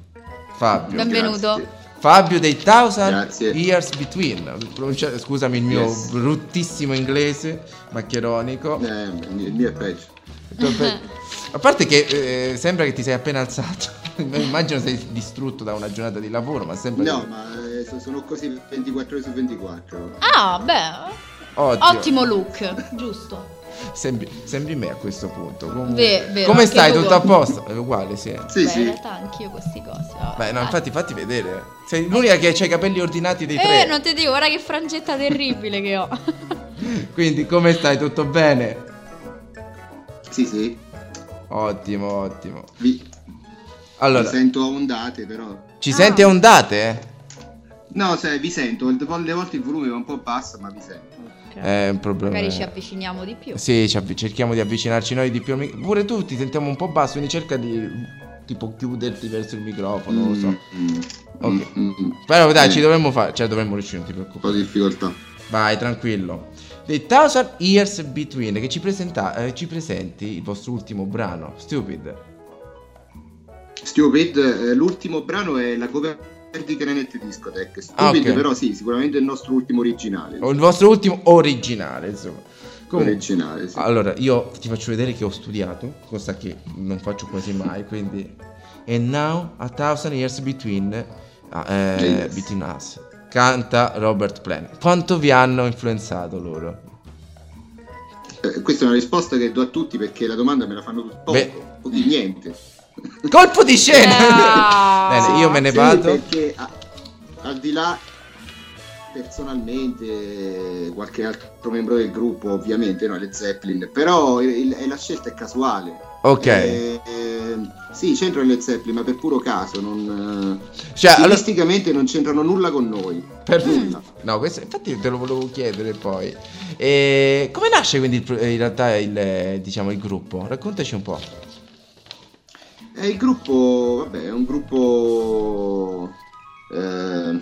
Fabio. Ben- Benvenuto. Grazie. Fabio dei Thousand Grazie. Years Between. Pronuncia- Scusami il mio Yes. bruttissimo inglese, maccheronico. Eh, il mio è peggio. A parte che eh, sembra che ti sei appena alzato. Immagino sei distrutto da una giornata di lavoro, ma sembra No, che... ma eh, so- sono così 24 ore su 24. Ah, beh. Oddio. Ottimo look, giusto. Sembri, sembri me a questo punto. Comunque. Ve- vero, Come anche stai? tu. Tutto a posto? È uguale, sì. Sì, Beh, in sì. realtà anch'io queste cose. vabbè. Beh, no, infatti fatti vedere. Sei l'unica che ha i capelli ordinati dei tre. Ah. Eh, non ti dico, guarda che frangetta terribile che ho. Quindi come stai? Tutto bene? Sì, sì. Ottimo, ottimo. Vi- Mi Allora, sento a ondate, però. ci Ah. senti a ondate? Eh, No, sai, vi sento. il- Le volte il volume va un po' basso, ma vi sento. Ok. È un problema. Magari ci avviciniamo di più. Eh, Sì, ci avvi- cerchiamo di avvicinarci noi di più. al mic- Pure tu ti sentiamo un po' basso, quindi cerca di tipo chiuderti verso il microfono, non Oh, lo so. Mm, mm, Ok. mm, mm. Però dai, Sì, ci dovremmo fare, cioè dovremmo riuscire, non ti Un po' preoccupare. di difficoltà. Vai, tranquillo. The Thousand Years Between, che ci, presenta- eh, ci presenti il vostro ultimo brano, Stupid. Stupid, eh, l'ultimo brano è la cover di Granite Discotheque. Stupid, Ah, ok. però sì, sicuramente è il nostro ultimo originale. O il vostro ultimo originale, insomma. Comunque, originale, sì. Allora, io ti faccio vedere che ho studiato, cosa che non faccio quasi mai, quindi... And now a thousand years between, ah, eh, Yes. between us. Canta Robert Plant. Quanto vi hanno influenzato loro? Eh, questa è una risposta che do a tutti perché la domanda me la fanno tutti poco, Beh. pochi, niente. Colpo di Eh. scena! Bene, io me ne Sì, vado. perché a- al di là personalmente qualche altro membro del gruppo ovviamente no le Zeppelin però il- il- la scelta è casuale Ok. Eh, ehm, sì c'entrano le Zeppelin ma per puro caso non eh, Cioè, allora... stilisticamente non c'entrano nulla con noi Per nulla. Mm. nulla. No, questo, infatti te lo volevo chiedere poi. E come nasce quindi il pro- eh, in realtà il, eh, diciamo, il gruppo? Raccontaci un po'. Eh, il gruppo, vabbè, è un gruppo eh,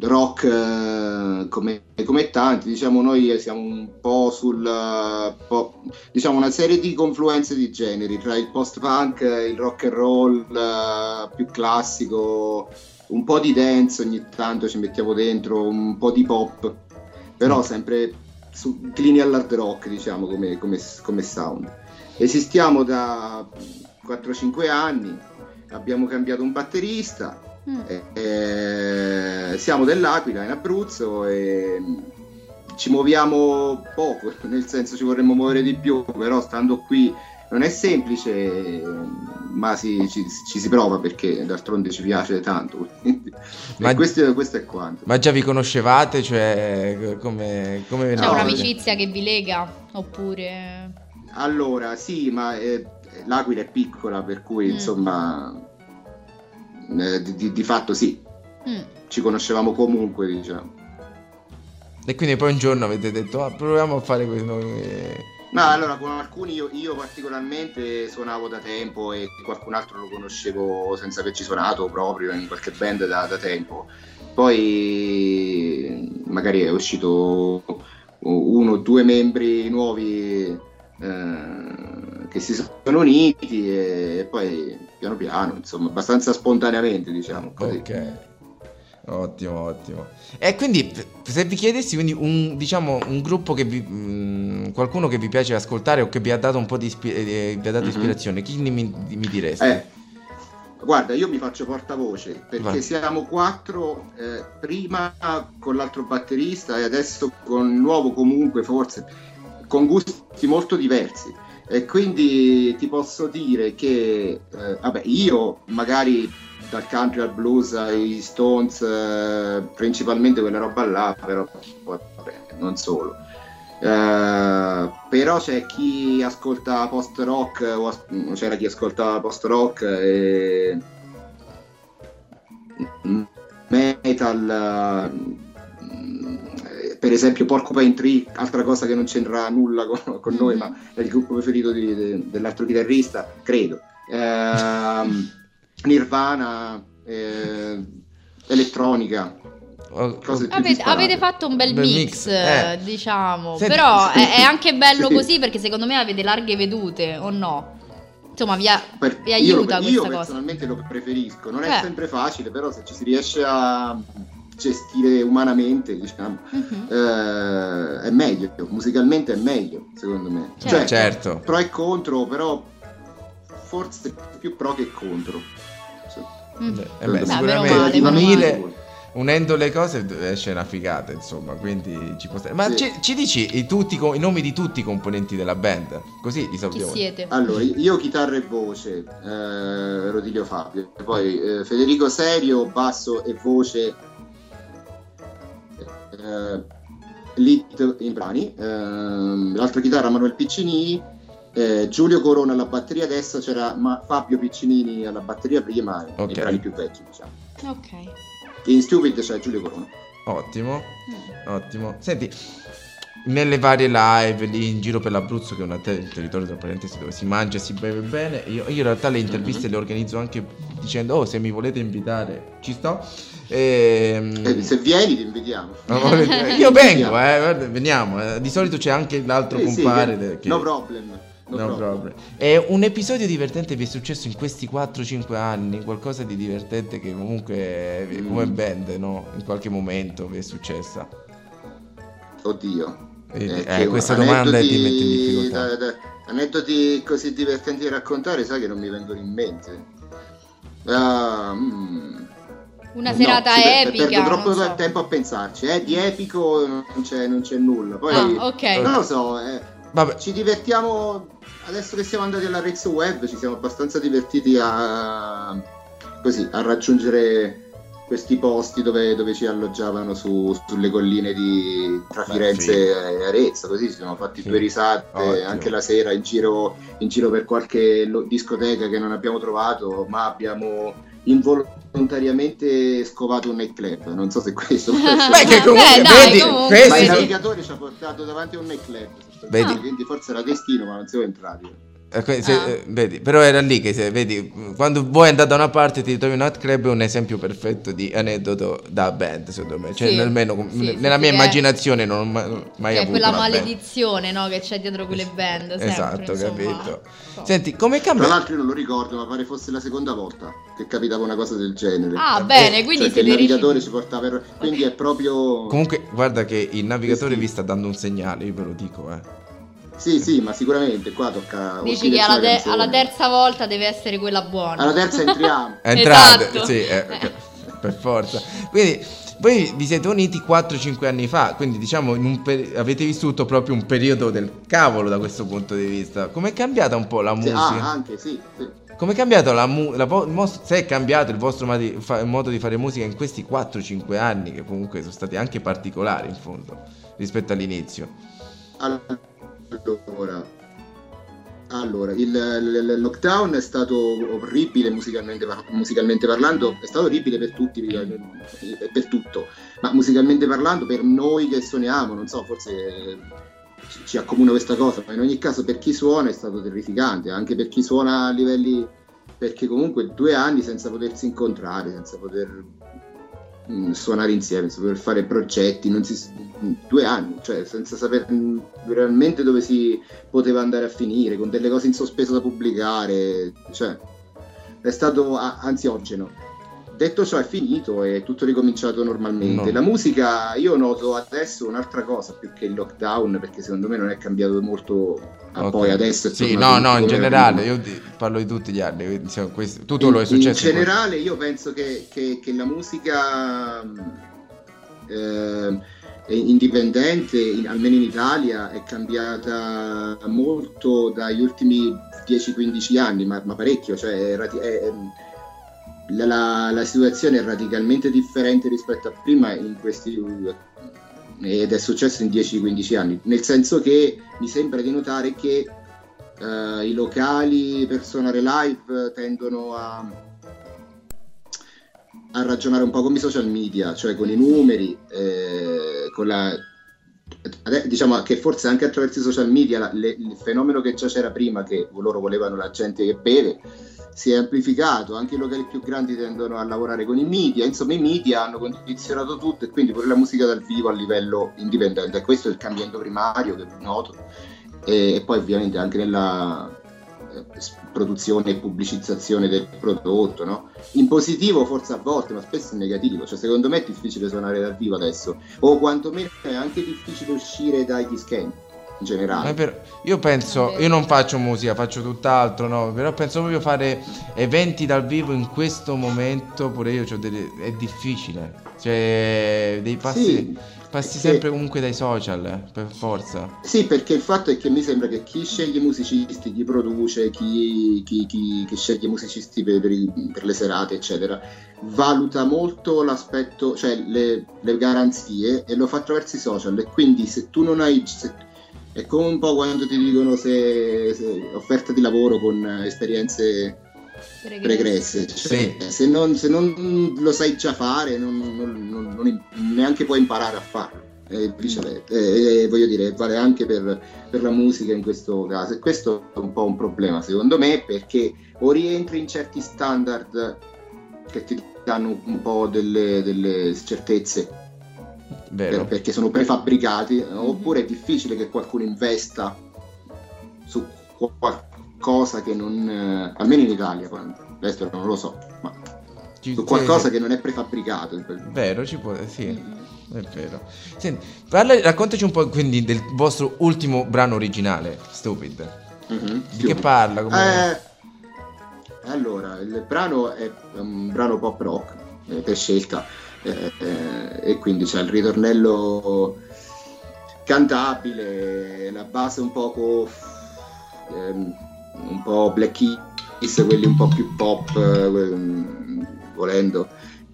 rock eh, come, come tanti, diciamo noi siamo un po' sul, eh, po- diciamo una serie di confluenze di generi, tra il post-punk, eh, il rock and roll eh, più classico, un po' di dance ogni tanto ci mettiamo dentro, un po' di pop, però sempre su, inclini all'hard rock, diciamo, come- come- come sound. Esistiamo da 4-5 anni, abbiamo cambiato un batterista, Mm. eh, eh, siamo dell'Aquila in Abruzzo e mm, ci muoviamo poco, nel senso ci vorremmo muovere di più, però stando qui non è semplice, eh, ma si- ci, ci si prova perché d'altronde ci piace tanto. quindi. Ma- E questo, questo è quanto. Ma già vi conoscevate? Cioè, come, come ve ne C'è No, un'amicizia che vi lega? Oppure... Allora, sì, ma eh, l'Aquila è piccola, per cui Mm. insomma, eh, di- di- di fatto sì, Mm. ci conoscevamo comunque, diciamo. E quindi poi un giorno avete detto, ah, proviamo a fare questo. eh. No, allora con alcuni io, io particolarmente suonavo da tempo e qualcun altro lo conoscevo senza averci suonato proprio in qualche band da, da tempo. Poi eh, magari è uscito uno o due membri nuovi eh, che si sono uniti e poi piano piano, insomma, abbastanza spontaneamente diciamo così. Ok. Ottimo, ottimo. E quindi p- se vi chiedessi quindi un, diciamo, un gruppo che vi, mm, qualcuno che vi piace ascoltare o che vi ha dato un po' di, ispi- eh, vi ha dato Mhm. ispirazione, chi mi, mi direste? Eh, guarda, io mi faccio portavoce perché Vai. siamo quattro, eh, prima con l'altro batterista e adesso con il nuovo comunque forse, con gusti molto diversi. E quindi ti posso dire che, eh, vabbè, io magari dal country al blues ai Stones, eh, principalmente quella roba là, però vabbè, non solo. Eh, però c'è chi ascolta post rock, o as- c'era chi ascolta post rock e metal. eh, Per esempio, Porcupine Tree, altra cosa che non c'entra nulla con, con noi, ma è il gruppo preferito di- de- dell'altro chitarrista, credo. Ehm, Nirvana, eh, elettronica. O- cose più Avete, disparate. avete fatto un bel Eh, Bel mix, mix, eh. diciamo. Senti- Però è, è anche bello Sì. così perché secondo me avete larghe vedute, o no? Insomma, vi, ha- Per- vi io lo- aiuta io questa cosa. personalmente lo preferisco, non Eh. è sempre facile, però se ci si riesce a gestire umanamente, diciamo, Mhm. eh, è meglio, musicalmente è meglio, secondo me. Certo. Cioè, Certo. pro e contro, però forse più pro che contro. Sì. Mm. Eh beh, Beh, meno sicuramente male, meno unire- male. unendo le cose esce una figata, insomma, quindi ci può stare. Ma Sì. ci, ci dici i, tutti co- i nomi di tutti i componenti della band? Così li Chi salutiamo. siete? Allora, io chitarra e voce, eh, Rodilio Fabio, e poi eh, Federico Serio, basso e voce, eh, lead in brani, ehm, l'altra chitarra Manuel Piccini, eh, Giulio Corona alla batteria destra, c'era Ma- Fabio Piccinini alla batteria prima, e Ok. i brani più vecchi diciamo. Ok. In Stupid c'è Giulio Corona. Ottimo, Mm. ottimo. Senti, nelle varie live lì in giro per l'Abruzzo, che è un te- il territorio tra parentesi dove si mangia e si beve bene, io, io in realtà le interviste Mm-hmm. le organizzo anche dicendo, oh se mi volete invitare, ci sto. Ehm, Eh, se vieni ti invitiamo. non volete- Io vengo, eh, guarda, veniamo. eh. Di solito c'è anche l'altro Sì, sì, compare. che- de- che- No problem. No, No problem. problem. E un episodio divertente vi è successo in questi 4-5 anni? Qualcosa di divertente che comunque eh, come Mm. band, no? In qualche momento vi è successa. Eh, Oddio. Eh, Eh, eh, che questa aneddoti- domanda ti mette in difficoltà. Eh, da- da- aneddoti così divertenti da raccontare, sai che non mi vengono in mente. Ah, mm. Una No, serata sì, per- epica. Perdo troppo non so. tempo a pensarci. Eh, di epico non c'è, non c'è nulla. Poi Ah, ok. non lo so. eh, Vabbè, ci divertiamo. Adesso che siamo andati all'Arezzo Web, ci siamo abbastanza divertiti a, così, a raggiungere questi posti dove, dove ci alloggiavano su- sulle colline di, tra Beh, Firenze figo. e Arezzo. Così ci siamo fatti Figo. due risate Ottimo. anche la sera in giro, in giro per qualche lo- discoteca che non abbiamo trovato, ma abbiamo involontariamente scovato un nightclub. Non so se questo. Beh, che comunque, Beh, eh, dai, vedi, comunque. Ah. Ma questi- eh, il Sì, sì. navigatore ci ha portato davanti a un nightclub. Vedi? Ah. Quindi forse era destino, ma non siamo entrati. eh, que- se- Ah. eh, vedi, però era lì che se, vedi, quando vuoi andare da una parte ti trovi un hot club è un esempio perfetto di aneddoto da band, secondo me. Cioè, Sì. almeno com- Sì, sì, nella sì, mia che è- immaginazione non ho ma- mai Che è avuto quella una band. maledizione no, che c'è dietro quelle band. sempre, Esatto, insomma. capito. So. Senti, come Tra cambia l'altro io non lo ricordo, ma pare fosse la seconda volta che capitava una cosa del genere. eh, Ah, bene, quindi cioè che il siete navigatore riusciti. ci portava per... Quindi è proprio... Comunque, guarda che il navigatore Questi- vi sta dando un segnale, io ve lo dico, eh. Sì, sì, ma sicuramente qua tocca... Dici uscire che sulla alla, de- canzone. alla terza volta deve essere quella buona. Alla terza entriamo. Entrate, Esatto. sì, eh, ok, per forza. Quindi, voi vi siete uniti 4-5 anni fa, quindi diciamo in un per- avete vissuto proprio un periodo del cavolo da questo punto di vista. Com'è cambiata un po' la Sì, ah, musica? anche, sì. sì. Com'è cambiato la mu- la vo- il mos- se è cambiato il vostro modi- fa- modo di fare musica in questi 4-5 anni, che comunque sono stati anche particolari in fondo, rispetto all'inizio? Allora... Allora, il, il- il lockdown è stato orribile musicalmente, par- musicalmente parlando, è stato orribile per tutti, per tutto, ma musicalmente parlando per noi che suoniamo, non so, forse eh, ci, ci accomuna questa cosa, ma in ogni caso per chi suona è stato terrificante, anche per chi suona a livelli, perché comunque due anni senza potersi incontrare, senza poter mm, suonare insieme, senza poter fare progetti, non si s- mm, due anni, cioè senza sapere mm, realmente dove si poteva andare a finire, con delle cose in sospeso da pubblicare, cioè è stato a- ansiogeno. Detto ciò è finito e tutto ricominciato normalmente. No. La musica io noto adesso un'altra cosa più che il lockdown perché secondo me non è cambiato molto a Ok. Ah, poi adesso. è Sì, no, tornato no, in come era generale, prima. io di- parlo di tutti gli anni, quindi, insomma, questo- tutto lo è In- successo. In generale, io penso che, che- che la musica mh, ehm, è indipendente, in- almeno in Italia, è cambiata molto dagli ultimi 10-15 anni, ma, ma parecchio. Cioè, è radi- è- è- la, la- la situazione è radicalmente differente rispetto a prima in questi, ed è successo in 10-15 anni, nel senso che mi sembra di notare che eh, i locali per suonare live eh, tendono a, a ragionare un po' come i social media, cioè con i numeri, eh, con la- ade- diciamo che forse anche attraverso i social media la- le- il fenomeno che già c'era prima, che loro volevano la gente che beve, si è amplificato, anche i locali più grandi tendono a lavorare con i media, insomma i media hanno condizionato tutto e quindi pure la musica dal vivo a livello indipendente, e questo è il cambiamento primario che noto e, e poi ovviamente anche nella eh, s- produzione e pubblicizzazione del prodotto, no? In positivo forse a volte, ma spesso in negativo, cioè secondo me è difficile suonare dal vivo adesso, o quantomeno è anche difficile uscire dagli schemi Ma è in generale. vero, io penso, io non faccio musica, faccio tutt'altro, no? Però penso proprio fare eventi dal vivo in questo momento, pure io ho delle, è difficile. Cioè, dei passi, Sì, passi Eh, perché- sempre comunque dai social, eh, per forza. Sì, perché il fatto è che mi sembra che chi sceglie i musicisti, chi produce, chi, chi- chi- chi sceglie i musicisti per, per i- per le serate, eccetera, valuta molto l'aspetto, cioè le, le garanzie e lo fa attraverso i social. E quindi se tu non hai. se- È come un po' quando ti dicono se, se offerta di lavoro con eh, esperienze pregresse. Cioè, se, non, se non lo sai già fare, non, non- non- non- neanche puoi imparare a farlo. E viceversa. E- e voglio dire, vale anche per, per la musica in questo caso. E questo è un po' un problema, secondo me, perché o rientri in certi standard che ti danno un po' delle, delle certezze per- Vero. Mhm. perché sono prefabbricati, eh, oppure è difficile che qualcuno investa su qu- qualcosa che non, eh, almeno in Italia, poi, all'estero non lo so, ma Ci- su qualcosa sì. che non è prefabbricato. in quel- Vero, ci può... Sì, è vero. Senti, parla- raccontaci un po' quindi del vostro ultimo brano originale, Stupid. Mhm, Di che chiudi. parla? Come... Eh, allora, il brano è un brano pop rock eh, per scelta eh, eh, e quindi c'è il ritornello cantabile, la base un poco ehm, un po' black keys, quelli un po' più pop eh, que- volendo.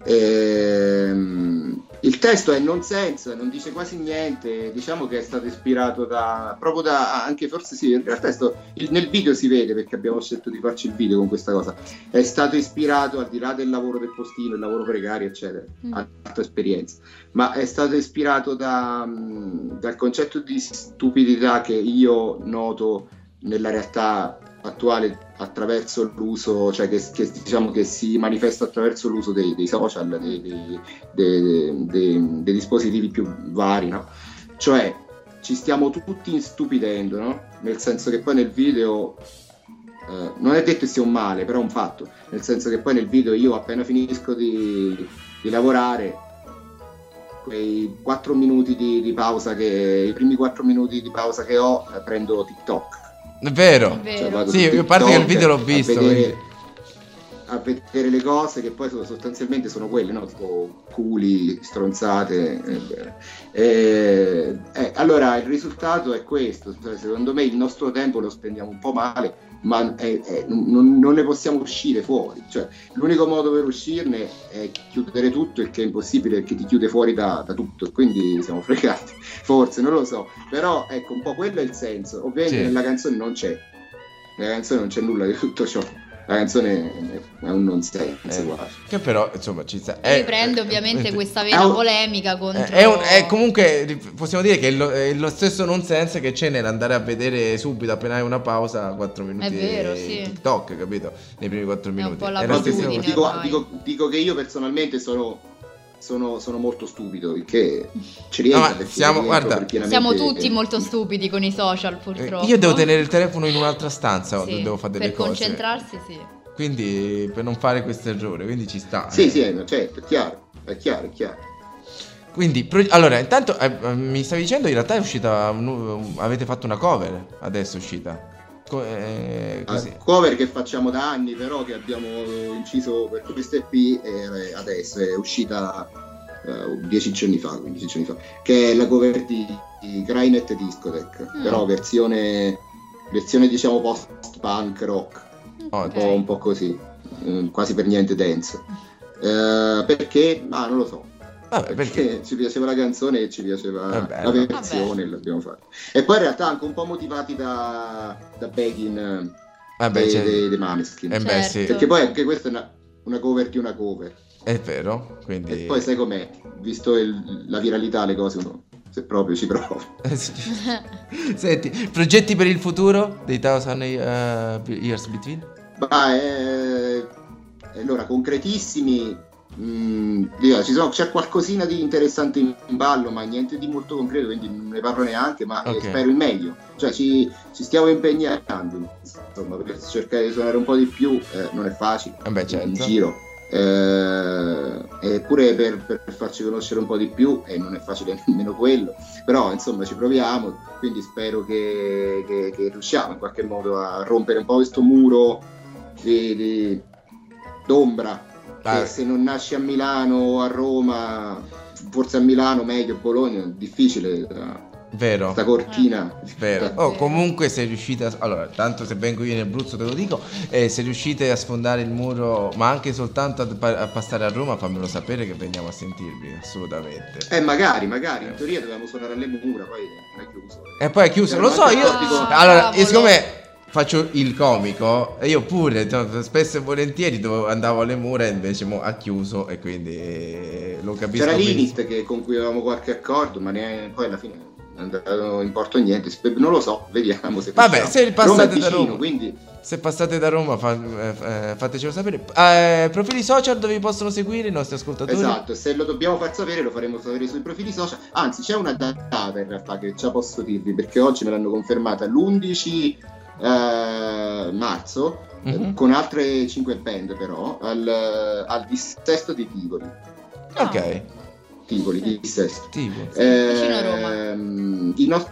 Ehm, il testo è nonsense, non dice quasi niente, diciamo che è stato ispirato da proprio da ah, anche forse sì, in realtà è stato il- nel video si vede perché abbiamo scelto di farci il video con questa cosa. È stato ispirato al di là del lavoro del postino, il lavoro precario, eccetera, Mm. altra esperienza, ma è stato ispirato da, mh, dal concetto di stupidità che io noto nella realtà attuale attraverso l'uso, cioè che, che, diciamo che si manifesta attraverso l'uso dei, dei social, dei, dei- dei- dei- dei dispositivi più vari, no? Cioè, ci stiamo tutti instupidendo, no? Nel senso che poi nel video. eh, non è detto che sia un male, però è un fatto. Nel senso che poi nel video io appena finisco di, di lavorare, quei 4 minuti di, di pausa che. i primi 4 minuti di pausa che ho, eh, prendo TikTok. È vero. Vero. Cioè, vado Sì, su io parte che il TikTok video l'ho a visto, Vedere, quindi. a vedere le cose che poi sono- sostanzialmente sono quelle, no? Tipo culi, stronzate. eh, beh. Eh, eh, allora il risultato è questo. cioè, secondo me il nostro tempo lo spendiamo un po' male, ma è- è- non, non ne possiamo uscire fuori. Cioè, l'unico modo per uscirne è chiudere tutto, il che è impossibile perché ti chiude fuori da, da tutto. e Quindi siamo fregati, forse, non lo so. Però ecco, un po' quello è il senso. Ovviamente Sì. nella canzone non c'è. Nella canzone non c'è nulla di tutto ciò. La canzone è un nonsense Eh, quasi. Che però, insomma, ci sta. Eh, è- Riprende è- ovviamente è- questa vera un- polemica contro... eh, È, un- è comunque ri- possiamo dire che è lo, è lo stesso nonsense che c'è nell'andare a vedere subito appena hai una pausa 4 minuti vero, di sì. TikTok, capito? Nei primi 4 un minuti. po' la È Però lo ti- stesso- abitudine. dico, ormai. dico- dico che io personalmente sono, sono, sono molto stupido, il che ci No, ma rientra. perché siamo- rientro guarda, per pienamente- Siamo tutti molto stupidi con i social, purtroppo. Eh, Io devo tenere il telefono in un'altra stanza Sì, quando devo fare delle per cose. concentrarsi, sì. Quindi per non fare questo errore, quindi ci sta. Sì, eh. sì, eh, certo, è chiaro, è chiaro, è chiaro. Quindi, pro- allora, intanto eh, eh, mi stavi dicendo in realtà è uscita, un nu- un- avete fatto una cover, adesso è uscita. Co- eh, così. Ah, cover che facciamo da anni, però che abbiamo eh, inciso per questo EP e adesso è uscita eh, dieci giorni fa, 15 giorni fa, che è la cover di, di Grindnet Discotech, Mm. però versione, versione diciamo post-punk rock. Oh, Ok. un po', un po' così, eh, quasi per niente dance. Eh, perché? Ma non lo so. Vabbè, Eh, perché? ci piaceva la canzone e ci piaceva Vabbè, la no. versione e l'abbiamo fatta. E poi in realtà anche un po' motivati da, da Begin eh, Vabbè, dei, cioè, dei- dei Maneskin. eh beh, sì, Certo. Perché poi anche questa è una, una cover di una cover. è vero, quindi... E poi sai com'è, visto il- la viralità le cose uno se proprio ci prova. Eh, sì. Senti, progetti per il futuro dei Thousand eh, Years Between? Ma eh, allora, concretissimi, mh, io- ci sono- c'è qualcosina di interessante in in ballo, ma niente di molto concreto, quindi non ne parlo neanche, ma eh, Ok. spero il meglio. Cioè ci, ci stiamo impegnando, insomma, per cercare di suonare un po' di più, eh, non è facile, Eh beh, certo. in giro. eh, eppure per, per farci conoscere un po' di più e non è facile nemmeno quello però insomma ci proviamo quindi spero che, che- che riusciamo in qualche modo a rompere un po' questo muro di, di- d'ombra Ah, che se non nasci a Milano o a Roma forse a Milano meglio Bologna è difficile da, Vero. sta cortina. Vero. Oh, comunque se riuscite a... Allora, tanto se vengo io in Abruzzo te lo dico, eh, se riuscite a sfondare il muro, ma anche soltanto a, pa- a passare a Roma, fammelo sapere che veniamo a sentirvi, assolutamente. Eh, magari, magari, in teoria dovevamo suonare alle mura, poi non è chiuso. E poi è chiuso, Eh, lo so, io... Ah, Allora, cavolo. e siccome faccio il comico, e io pure, t- spesso e volentieri dovevo- andavo alle mura e invece mo ha chiuso e quindi eh, lo capisco. C'era benissimo. l'Init che- con cui avevamo qualche accordo, ma ne- poi alla fine non è andato in porto niente. spe- Non lo so, vediamo se Vabbè, possiamo. se ripassate Roma è da vicino, Roma. quindi Se passate da Roma fa- eh, eh, fatecelo sapere. Eh, profili social dove vi possono seguire i nostri ascoltatori. esatto, se lo dobbiamo far sapere lo faremo sapere sui profili social. Anzi, c'è una data in realtà che già posso dirvi, perché oggi me l'hanno confermata l'11 eh, marzo eh, Mhm. con altre 5 band però al, al dissesto di Tivoli. Oh. Ok, Tivoli, dissesto. tipo. vicino a Roma. Ehm, i nos-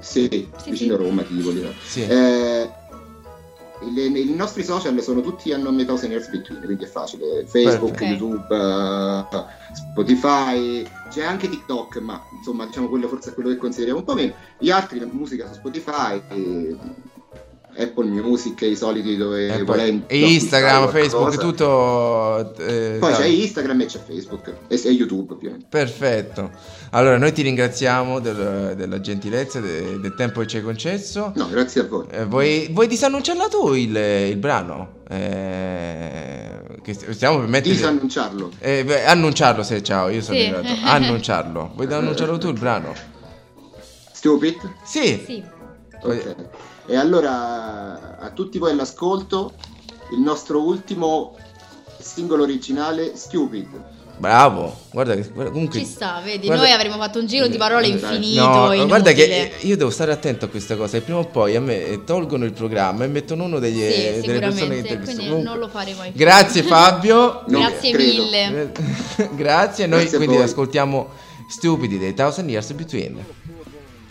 sì, Sì, vicino sì. a Roma, Tivoli. no? Sì. Eh, le- ne- I nostri social sono tutti hanno metà Seniors Between, quindi è facile. Facebook, Perfetto. Certo. YouTube, eh, Spotify, c'è anche TikTok, ma insomma diciamo quello forse è quello che consideriamo un po' meno. Gli altri musica su Spotify, e Apple Music, e i soliti dove E poi- volendo e Instagram, fare Facebook, qualcosa. tutto. eh, Poi dai. c'è Instagram e c'è Facebook e, e YouTube ovviamente. Perfetto. Allora, noi ti ringraziamo del- della gentilezza, de- del tempo che ci hai concesso. No, grazie a voi. Eh, vuoi, vuoi disannunciarla tu il, il brano? Eh, che st- stiamo per mettere. Disannunciarlo. Eh, beh, annunciarlo se ciao, io sono Sì. arrivato. Annunciarlo. Vuoi annunciarlo tu il brano? Stupid. Sì. Sì. Ok. E allora a tutti voi all'ascolto il nostro ultimo singolo originale Stupid. Bravo. Guarda che guarda- comunque Ci sta, vedi, guarda- noi avremmo fatto un giro di parole Eh, Dai. infinito. No, inutile. guarda che io devo stare attento a questa cosa. E prima o poi a me eh, tolgono il programma e mettono uno degli, Sì, eh, delle persone che sicuramente, intervistano. quindi Comunque, non lo faremo mai più. Grazie Fabio. No, Grazie credo. Eh. mille. Grazie. Noi Grazie a quindi voi. ascoltiamo Stupidi dei Thousand Years Between.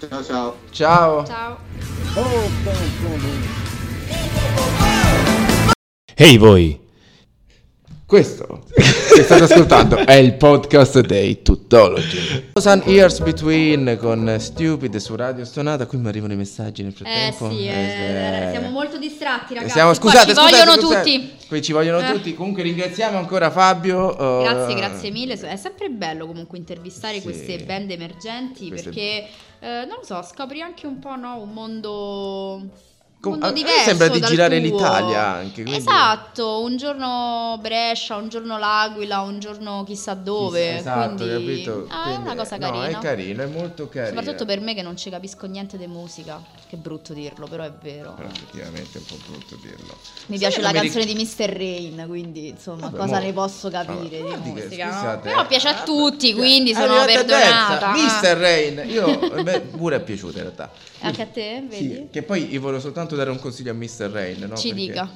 Ciao ciao. Ciao. Ciao. Ehi voi! Questo che state ascoltando è il podcast dei Tuttologi. Thousand Years Between con Stupid su Radio Stonata. Qui mi arrivano i messaggi nel Eh frattempo. sì, eh, siamo molto distratti ragazzi. Siamo- Qua scusate, ci scusate, vogliono scusate. tutti. Qui ci vogliono Eh. tutti. Comunque ringraziamo ancora Fabio. eh, Grazie, grazie mille. È sempre bello comunque intervistare Sì. queste band emergenti Queste- perché eh, non lo so, scopri anche un po' no, un mondo un Com- mondo a- a me diverso sembra di dal girare tuo. l'Italia anche, quindi- Esatto, un giorno Brescia, un giorno L'Aquila, un giorno chissà dove. Esatto, quindi- capito? Ah, è Quindi- una cosa no, carina. è carino, è molto carino. Soprattutto per me che non ci capisco niente di musica. Che brutto dirlo, però è vero. Però effettivamente è un po' brutto dirlo. Mi Sì, piace non la mi canzone ric- di Mr. Rain, quindi insomma, Vabbè, cosa mo- ne posso Vabbè, capire di guardi che, musica? no? scusate, Però piace a eh, tutti, eh, quindi è sono arrivata perdonata. terza, ah. Mr. Rain, io a me pure è piaciuta in realtà. Anche a te, Sì, vedi? che poi io volevo soltanto dare un consiglio a Mr. Rain, no? Ci Perché dica.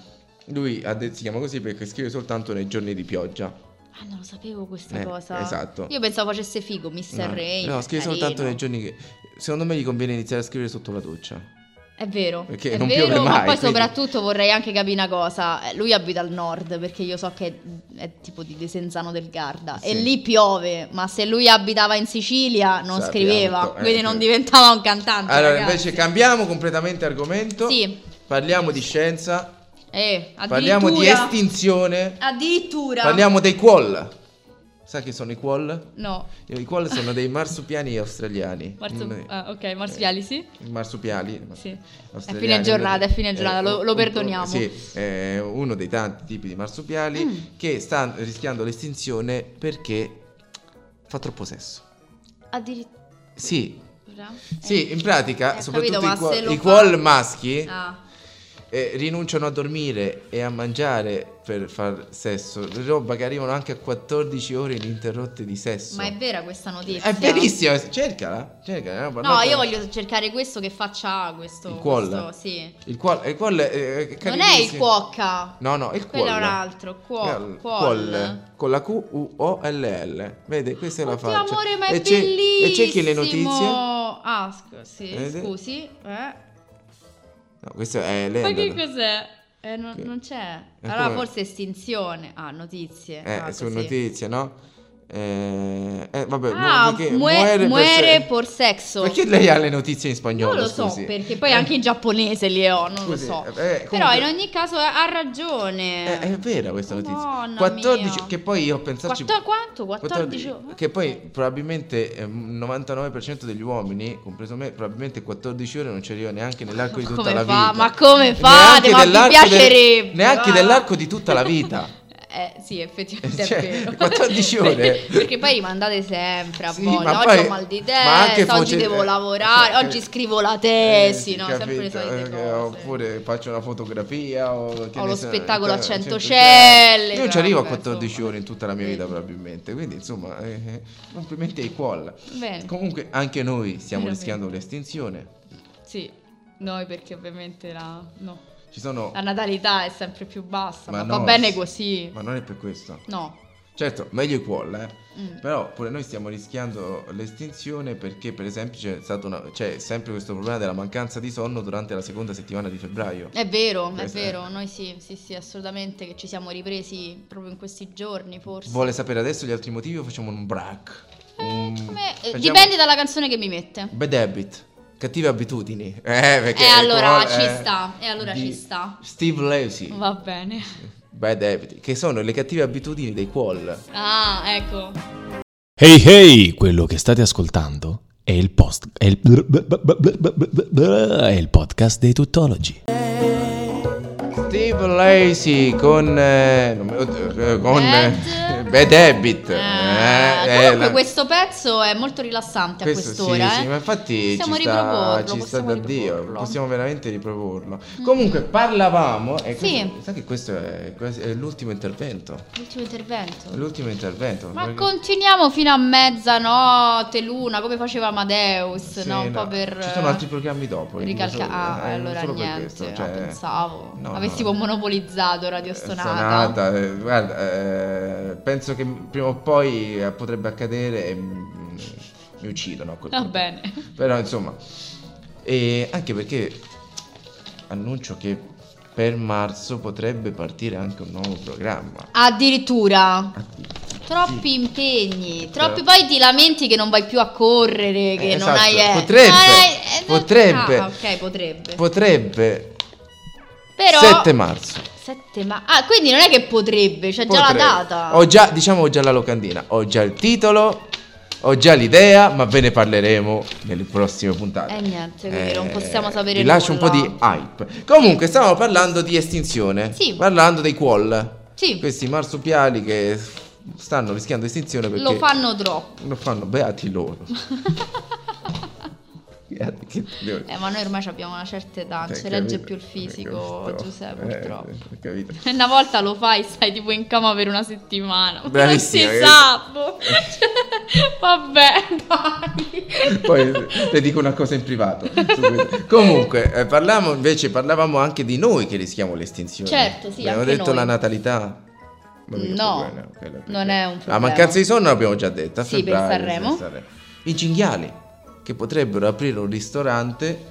Lui ha detto- si chiama così perché scrive soltanto nei giorni di pioggia. Ah, non lo sapevo questa Eh, cosa. esatto. Io pensavo facesse figo Mr. no, Rain. no, Ah. scrive carino. soltanto nei giorni che secondo me gli conviene iniziare a scrivere sotto la doccia. È vero, Perché è non vero, piove ma mai, poi quindi- soprattutto vorrei anche capire una cosa. Eh, Lui abita al nord, perché io so che è, è tipo di Desenzano del Garda e Sì. lì piove, ma se lui abitava in Sicilia non Sappiamo scriveva, to- eh, quindi non sì. diventava un cantante. Allora, ragazzi. invece cambiamo completamente argomento. Sì. Parliamo di scienza, Eh, addirittura, parliamo di estinzione, Addirittura. parliamo dei quoll. Sai che sono i quoll? No, I quoll sono dei marsupiani australiani. marsu- Mm, ah, ok, marsupiali sì. marsupiali Sì. australiani, È fine giornata, uno dei- è fine giornata, eh, lo- un- lo un- perdoniamo. Mm. sì, è uno dei tanti tipi di marsupiali che sta rischiando l'estinzione perché fa troppo sesso. Addirittura. Sì, Eh, sì, in pratica, eh, soprattutto capito, ma i, quo- se lo i fa- quoll maschi Ah, eh, rinunciano a dormire e a mangiare per far sesso, roba che arrivano anche a 14 ore ininterrotte di sesso. ma è vera questa notizia? È verissimo, cercala, cercala. è una roba No, nota- io voglio cercare questo che faccia questo. Il quoll. questo, sì. Il qual, il qual è, Non è il cuocca. No, no, il Quello qual. è un altro, cuo- Qual- qual. qual, Con la Q U O L L. Vede, questa è la Oddio, faccia. amore, ma è e c'è- bellissimo. E c'è chi le notizie? No, Ah, scu- sì, Vedi? scusi. Eh. questo è lei. Ma che andata. cos'è? Eh, non, Che- non c'è. Eh, Allora come- forse estinzione. Ah, notizie. Eh, ah, su così. notizie, no? Eh, eh, vabbè, Ah, mu- perché mue- muere, per se- por sexo. Perché lei ha le notizie in spagnolo? non lo so, scusi? Eh, perché poi anche in giapponese li ho, non Scusi, lo so. eh, comunque- Però in ogni caso ha ragione. Eh, è vera questa notizia. Madonna 14 mia. che poi io ho pensato Quattor- quanto? 14? che poi probabilmente eh, il 99% degli uomini, compreso me, probabilmente 14 ore non ci arriva neanche nell'arco di Ma tutta come la fa? vita. Ma come Neanche fate? Ma vi dell'arco del- piacerebbe, Ah. neanche va. dell'arco di tutta la vita. Eh sì, effettivamente Cioè, è vero. 14 ore. Perché- Perché poi rimandate sempre a Sì, voglia. ma Oggi poi- ho mal di ma anche testa, oggi foce- devo eh, lavorare, eh, oggi scrivo la tesi, Eh, no? capito, Sempre le solite eh, cose. Oppure faccio una fotografia o che Ho ne lo so, spettacolo a cioè, 100 celle. Io non celle, ci arrivo a vabbè, 14 insomma. ore in tutta la mia vita Vedi. probabilmente, quindi insomma, eh, eh, complimenti ai qual. Bene. Comunque anche noi stiamo Veramente. rischiando l'estinzione. Sì, noi perché ovviamente la, Ah, no. Ci sono La natalità è sempre più bassa, ma, Ma va no, bene sì. così. Ma non è per questo. No. Certo, meglio i qual, eh. Mm. Però pure noi stiamo rischiando l'estinzione perché per esempio c'è stato una- c'è sempre questo problema della mancanza di sonno durante la seconda settimana di febbraio. È vero, è Questo è- vero, noi sì, sì, sì, assolutamente che ci siamo ripresi proprio in questi giorni forse. Vuole sapere adesso gli altri motivi o facciamo un break? Eh, Un- come- eh, facciamo- Dipende dalla canzone che mi mette. Bad habit, cattive abitudini. Eh, perché Eh, allora qual- ci eh, sta, e allora di ci sta. Steve Lacy, Va bene. Bad Habit, che sono le cattive abitudini dei qual. Ah, ecco. Hey hey, quello che state ascoltando è il post è il, è il podcast dei tuttologi. Steve Lacy con eh, non mi- oddio, eh, con eh, Bad- Bad Habit. Cioè, Ah, eh, eh, comunque la- questo pezzo è molto rilassante a questo quest'ora. sì, eh. sì, ma infatti Possiamo ci sta, riproporlo, ci sta possiamo da Dio, riproporlo. Mm. possiamo veramente riproporlo. Comunque parlavamo e Sì. questo- sai che questo è, questo è l'ultimo intervento, L'ultimo intervento. l'ultimo intervento. Ma perché- continuiamo fino a mezzanotte, l'una, come faceva Amadeus, Sì, no? Un po' no, per... Ci sono altri programmi dopo. quindi Ricalca- solo- ah, eh, allora solo per niente, questo, no, cioè, pensavo. no, Avessi no. un po' monopolizzato Radio Eh, Stonata. Sonata, eh, guarda, eh, penso che prima o poi eh, potrebbe accadere e mm, mi uccidono. a quel Va punto. bene. Però insomma, e anche perché annuncio che per marzo potrebbe partire anche un nuovo programma. Addirittura. Ah, sì. Troppi impegni, troppi Però- poi ti lamenti che non vai più a correre, che Cioè, Eh, non esatto, hai... eh, potrebbe, non hai- eh, non- potrebbe. Ah, ok, potrebbe. Potrebbe Però... 7 marzo. 7 ma... Ah, quindi non è che potrebbe, c'è già la Potrebbe. data. Ho già, diciamo, ho già la locandina, ho già il titolo, ho già l'idea, ma ve ne parleremo nelle prossime puntate. Eh, Eh, niente, quindi non possiamo sapere Vi lascio un po' nulla. di hype. Comunque, stavamo parlando di estinzione. Sì. Parlando dei qual. Sì. Questi marsupiali che stanno rischiando estinzione perché Lo fanno troppo. lo fanno beati loro. Beati che- Eh, ma noi ormai ci abbiamo una certa età, non Cioè, ci regge capito? più il fisico, Capito? Giuseppe, Eh, purtroppo. capito. Una volta lo fai, stai tipo in cama per una settimana. Bravissima, Non si capito? sa, boh. Cioè, Vabbè, dai. Poi le dico una cosa in privato. su questo. Comunque, eh, parliamo- invece parlavamo anche di noi che rischiamo l'estinzione. Certo, sì, Abbiamo anche detto noi. la natalità. Ma mica No, problema, quella perché- non è un La problema. mancanza di sonno l'abbiamo già detta. a Sì, per febbraio, Sanremo. I cinghiali che potrebbero aprire un ristorante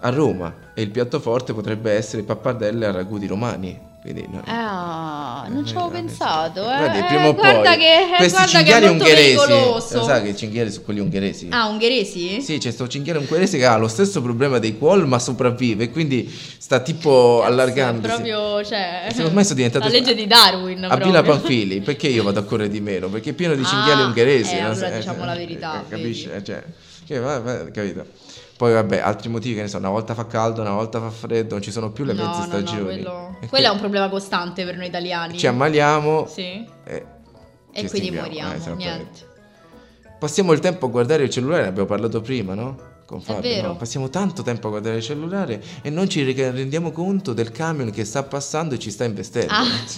a Roma e il piatto forte potrebbe essere pappardelle a ragù di romani. Quindi, no. Ah, non ci avevo Eh, pensato. Eh. guardi, Eh, prima o guarda poi, che, eh, questi guarda che cinghiali è molto ungheresi, pericoloso. lo sai che i cinghiali sono quelli ungheresi? Ah, ungheresi? Sì, c'è sto cinghiale ungherese che ha lo stesso problema dei qual, ma sopravvive, quindi sta tipo allargando. Cazzo, è Proprio, cioè, Secondo me sono diventate- La legge di Darwin. A Pila proprio. Panfili, perché io vado a correre di meno? Perché è pieno di Ah, cinghiali ungheresi. eh, non allora so- diciamo la verità, eh, capisci? Eh, Cioè, che va- va- capito? Poi vabbè, altri motivi che ne so, una volta fa caldo, una volta fa freddo, non ci sono più le no, mezze no, no, stagioni. quello... E quello è quindi un problema costante per noi italiani. Ci ammaliamo Sì. e, E ci quindi estinguiamo, eh, moriamo, esattamente. niente. Passiamo il tempo a guardare il cellulare, ne abbiamo parlato prima, no? Con Fabio, vero. no? passiamo tanto tempo a guardare il cellulare e non ci re- rendiamo conto del camion che sta passando e ci sta investendo. Ah.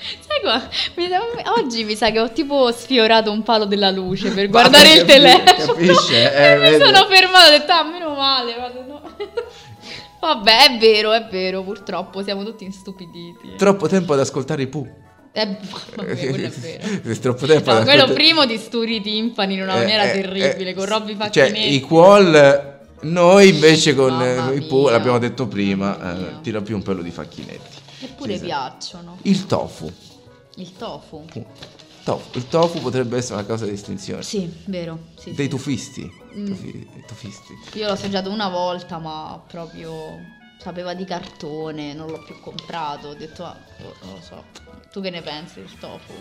Sai qua, mi sa- oggi mi sa che ho tipo sfiorato un palo della luce per guardare il capire, telefono. capisci? Eh, E mi vedi. sono fermato e ho detto, ah, meno male. vado, no." Vabbè, è vero, è vero, purtroppo siamo tutti instupiditi. Troppo tempo ad ascoltare i Pooh. Eh, vabbè, quello è vero. Troppo tempo No, ad quello ascoltare- primo distrugge i timpani in una Eh, maniera eh, terribile, eh, con Robby Cioè, Facchinetti. i qual noi invece con Mamma eh, i Pooh, mia. l'abbiamo detto prima, Mamma eh, mia. tira più un pelo di facchinetti. Eppure Sì, sì. piacciono. Il tofu. Il tofu. Tofu. Il tofu potrebbe essere una causa di estinzione. Sì, vero. sì, Dei sì. tufisti. Mm. Tufi- tufisti. Io l'ho assaggiato una volta, ma proprio sapeva di cartone, non l'ho più comprato. Ho detto, ah, boh, non lo so. Tu che ne pensi del tofu?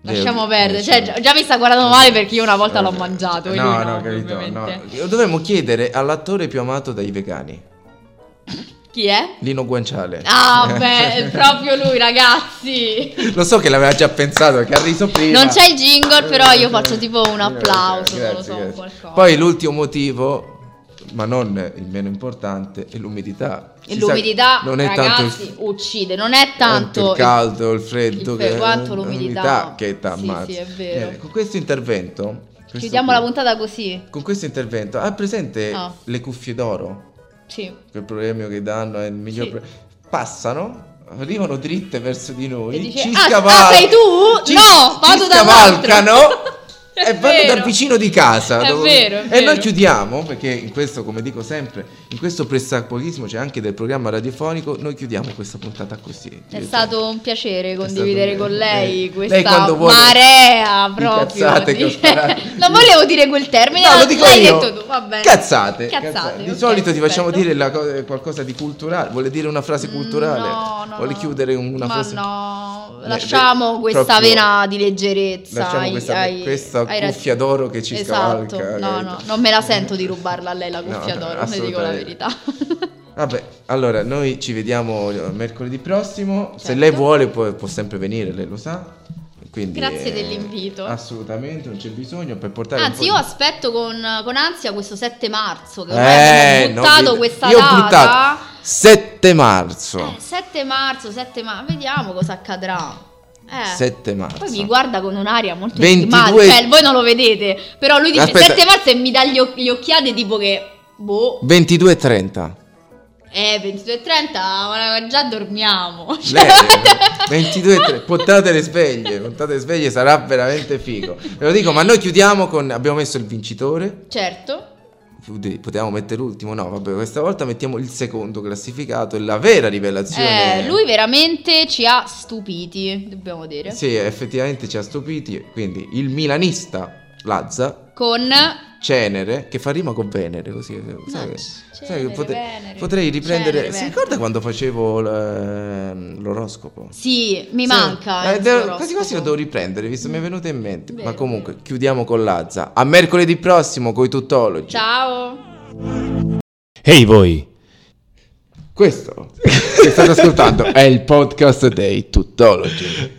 Lasciamo Vero, perdere, eh, cioè, sì. già, già mi sta guardando male perché io una volta l'ho Eh, mangiato. e No, lui no, no, capito. ovviamente. no. Dovremmo chiedere all'attore più amato dai vegani, Chi è? Lino Guanciale. Ah, beh, è proprio lui, ragazzi. Lo so che l'aveva già pensato, che ha riso prima. Non c'è il jingle, però io Eh, faccio tipo un grazie, applauso, non lo grazie, so, grazie. qualcosa. Poi l'ultimo motivo, ma non il meno importante, è l'umidità. Si E sa l'umidità, che non è ragazzi, tanto il, ucide. Non è tanto il caldo, il freddo, il freddo, che, quanto l'umidità. che ti Sì, sì, ammazza. è vero. Eh, con questo intervento... questo Chiudiamo qui- la puntata così. Con questo intervento, ha presente Ah. le cuffie d'oro? Sì. Quel premio che danno è il miglior Sì. pre- Passano, arrivano dritte verso di noi, E dice, ci "Ah, scavalcano. ah, sei tu? Ci, ci No, vado dall'altro." scavalcano È e vanno dal vero. vicino di casa. È dove- vero, è e vero. noi chiudiamo, perché in questo, come dico sempre, in questo pressapochismo c'è anche del programma radiofonico, noi chiudiamo questa puntata così. È direttamente. stato un piacere condividere stato con un- lei eh, questa lei quando vuole marea di proprio. cazzate che ho di- sparato. non volevo dire quel termine, No, ma lo dico l'hai io. detto tu, va bene. Cazzate. Cazzate, cazzate. Di ok, solito ti facciamo perfetto. dire la cosa- qualcosa di culturale. Vuole dire una frase Mm, culturale? no, no, Vuole no. chiudere una ma frase? no, Eh, lasciamo beh, questa proprio- vena di leggerezza. Lasciamo ai- questa, ai- questa ai ragazzi. cuffia d'oro che ci esatto. scavalca. No, no, capito? non me la sento di rubarla a lei la No, cuffia no, d'oro, se dico la assolutamente. verità. Vabbè, allora noi ci vediamo eh, mercoledì prossimo. Se Certo. lei vuole può, può sempre venire, lei lo sa. Quindi, Grazie eh, dell'invito. Assolutamente, non c'è bisogno per portare un po' Anzi, di- io aspetto con, con ansia questo 7 marzo, che ormai Eh, abbiamo buttato no, vi- questa io data. ho buttato 7 marzo. Eh, 7 marzo, 7 marzo, vediamo cosa accadrà. Eh. 7 marzo. Poi mi guarda con un'aria molto 22 stimata, cioè voi non lo vedete, però lui dice Aspetta. 7 marzo e mi dà gli, oc- gli occhiate tipo che, boh, 22 e 30. eh 22.30, ma già dormiamo. Lei, Cioè, 22 e 30. Puntate le sveglie, puntate le sveglie, sarà veramente figo. Ve lo dico, ma noi chiudiamo con... Abbiamo messo il vincitore. certo, Chiudi- Potevamo mettere l'ultimo, no, vabbè, questa volta mettiamo il secondo classificato e la vera rivelazione. Eh, lui veramente ci ha stupiti, dobbiamo dire, Sì, effettivamente ci ha stupiti. Quindi il milanista Lazza, con... Cenere, che fa rima con Venere, così. sai No, che- c- sai che Cenere, pote- Venere. potrei riprendere. Cenere, si Venere. ricorda quando facevo l- l'oroscopo? Sì, mi Sì. manca. Eh, il devo- suo quasi oroscopo. quasi lo devo riprendere, visto mi è venuto in mente. Vero, Ma comunque, chiudiamo con Lazza. A mercoledì prossimo con i tuttologi. Ciao. Ehi voi! Questo che state ascoltando è il podcast dei tuttologi.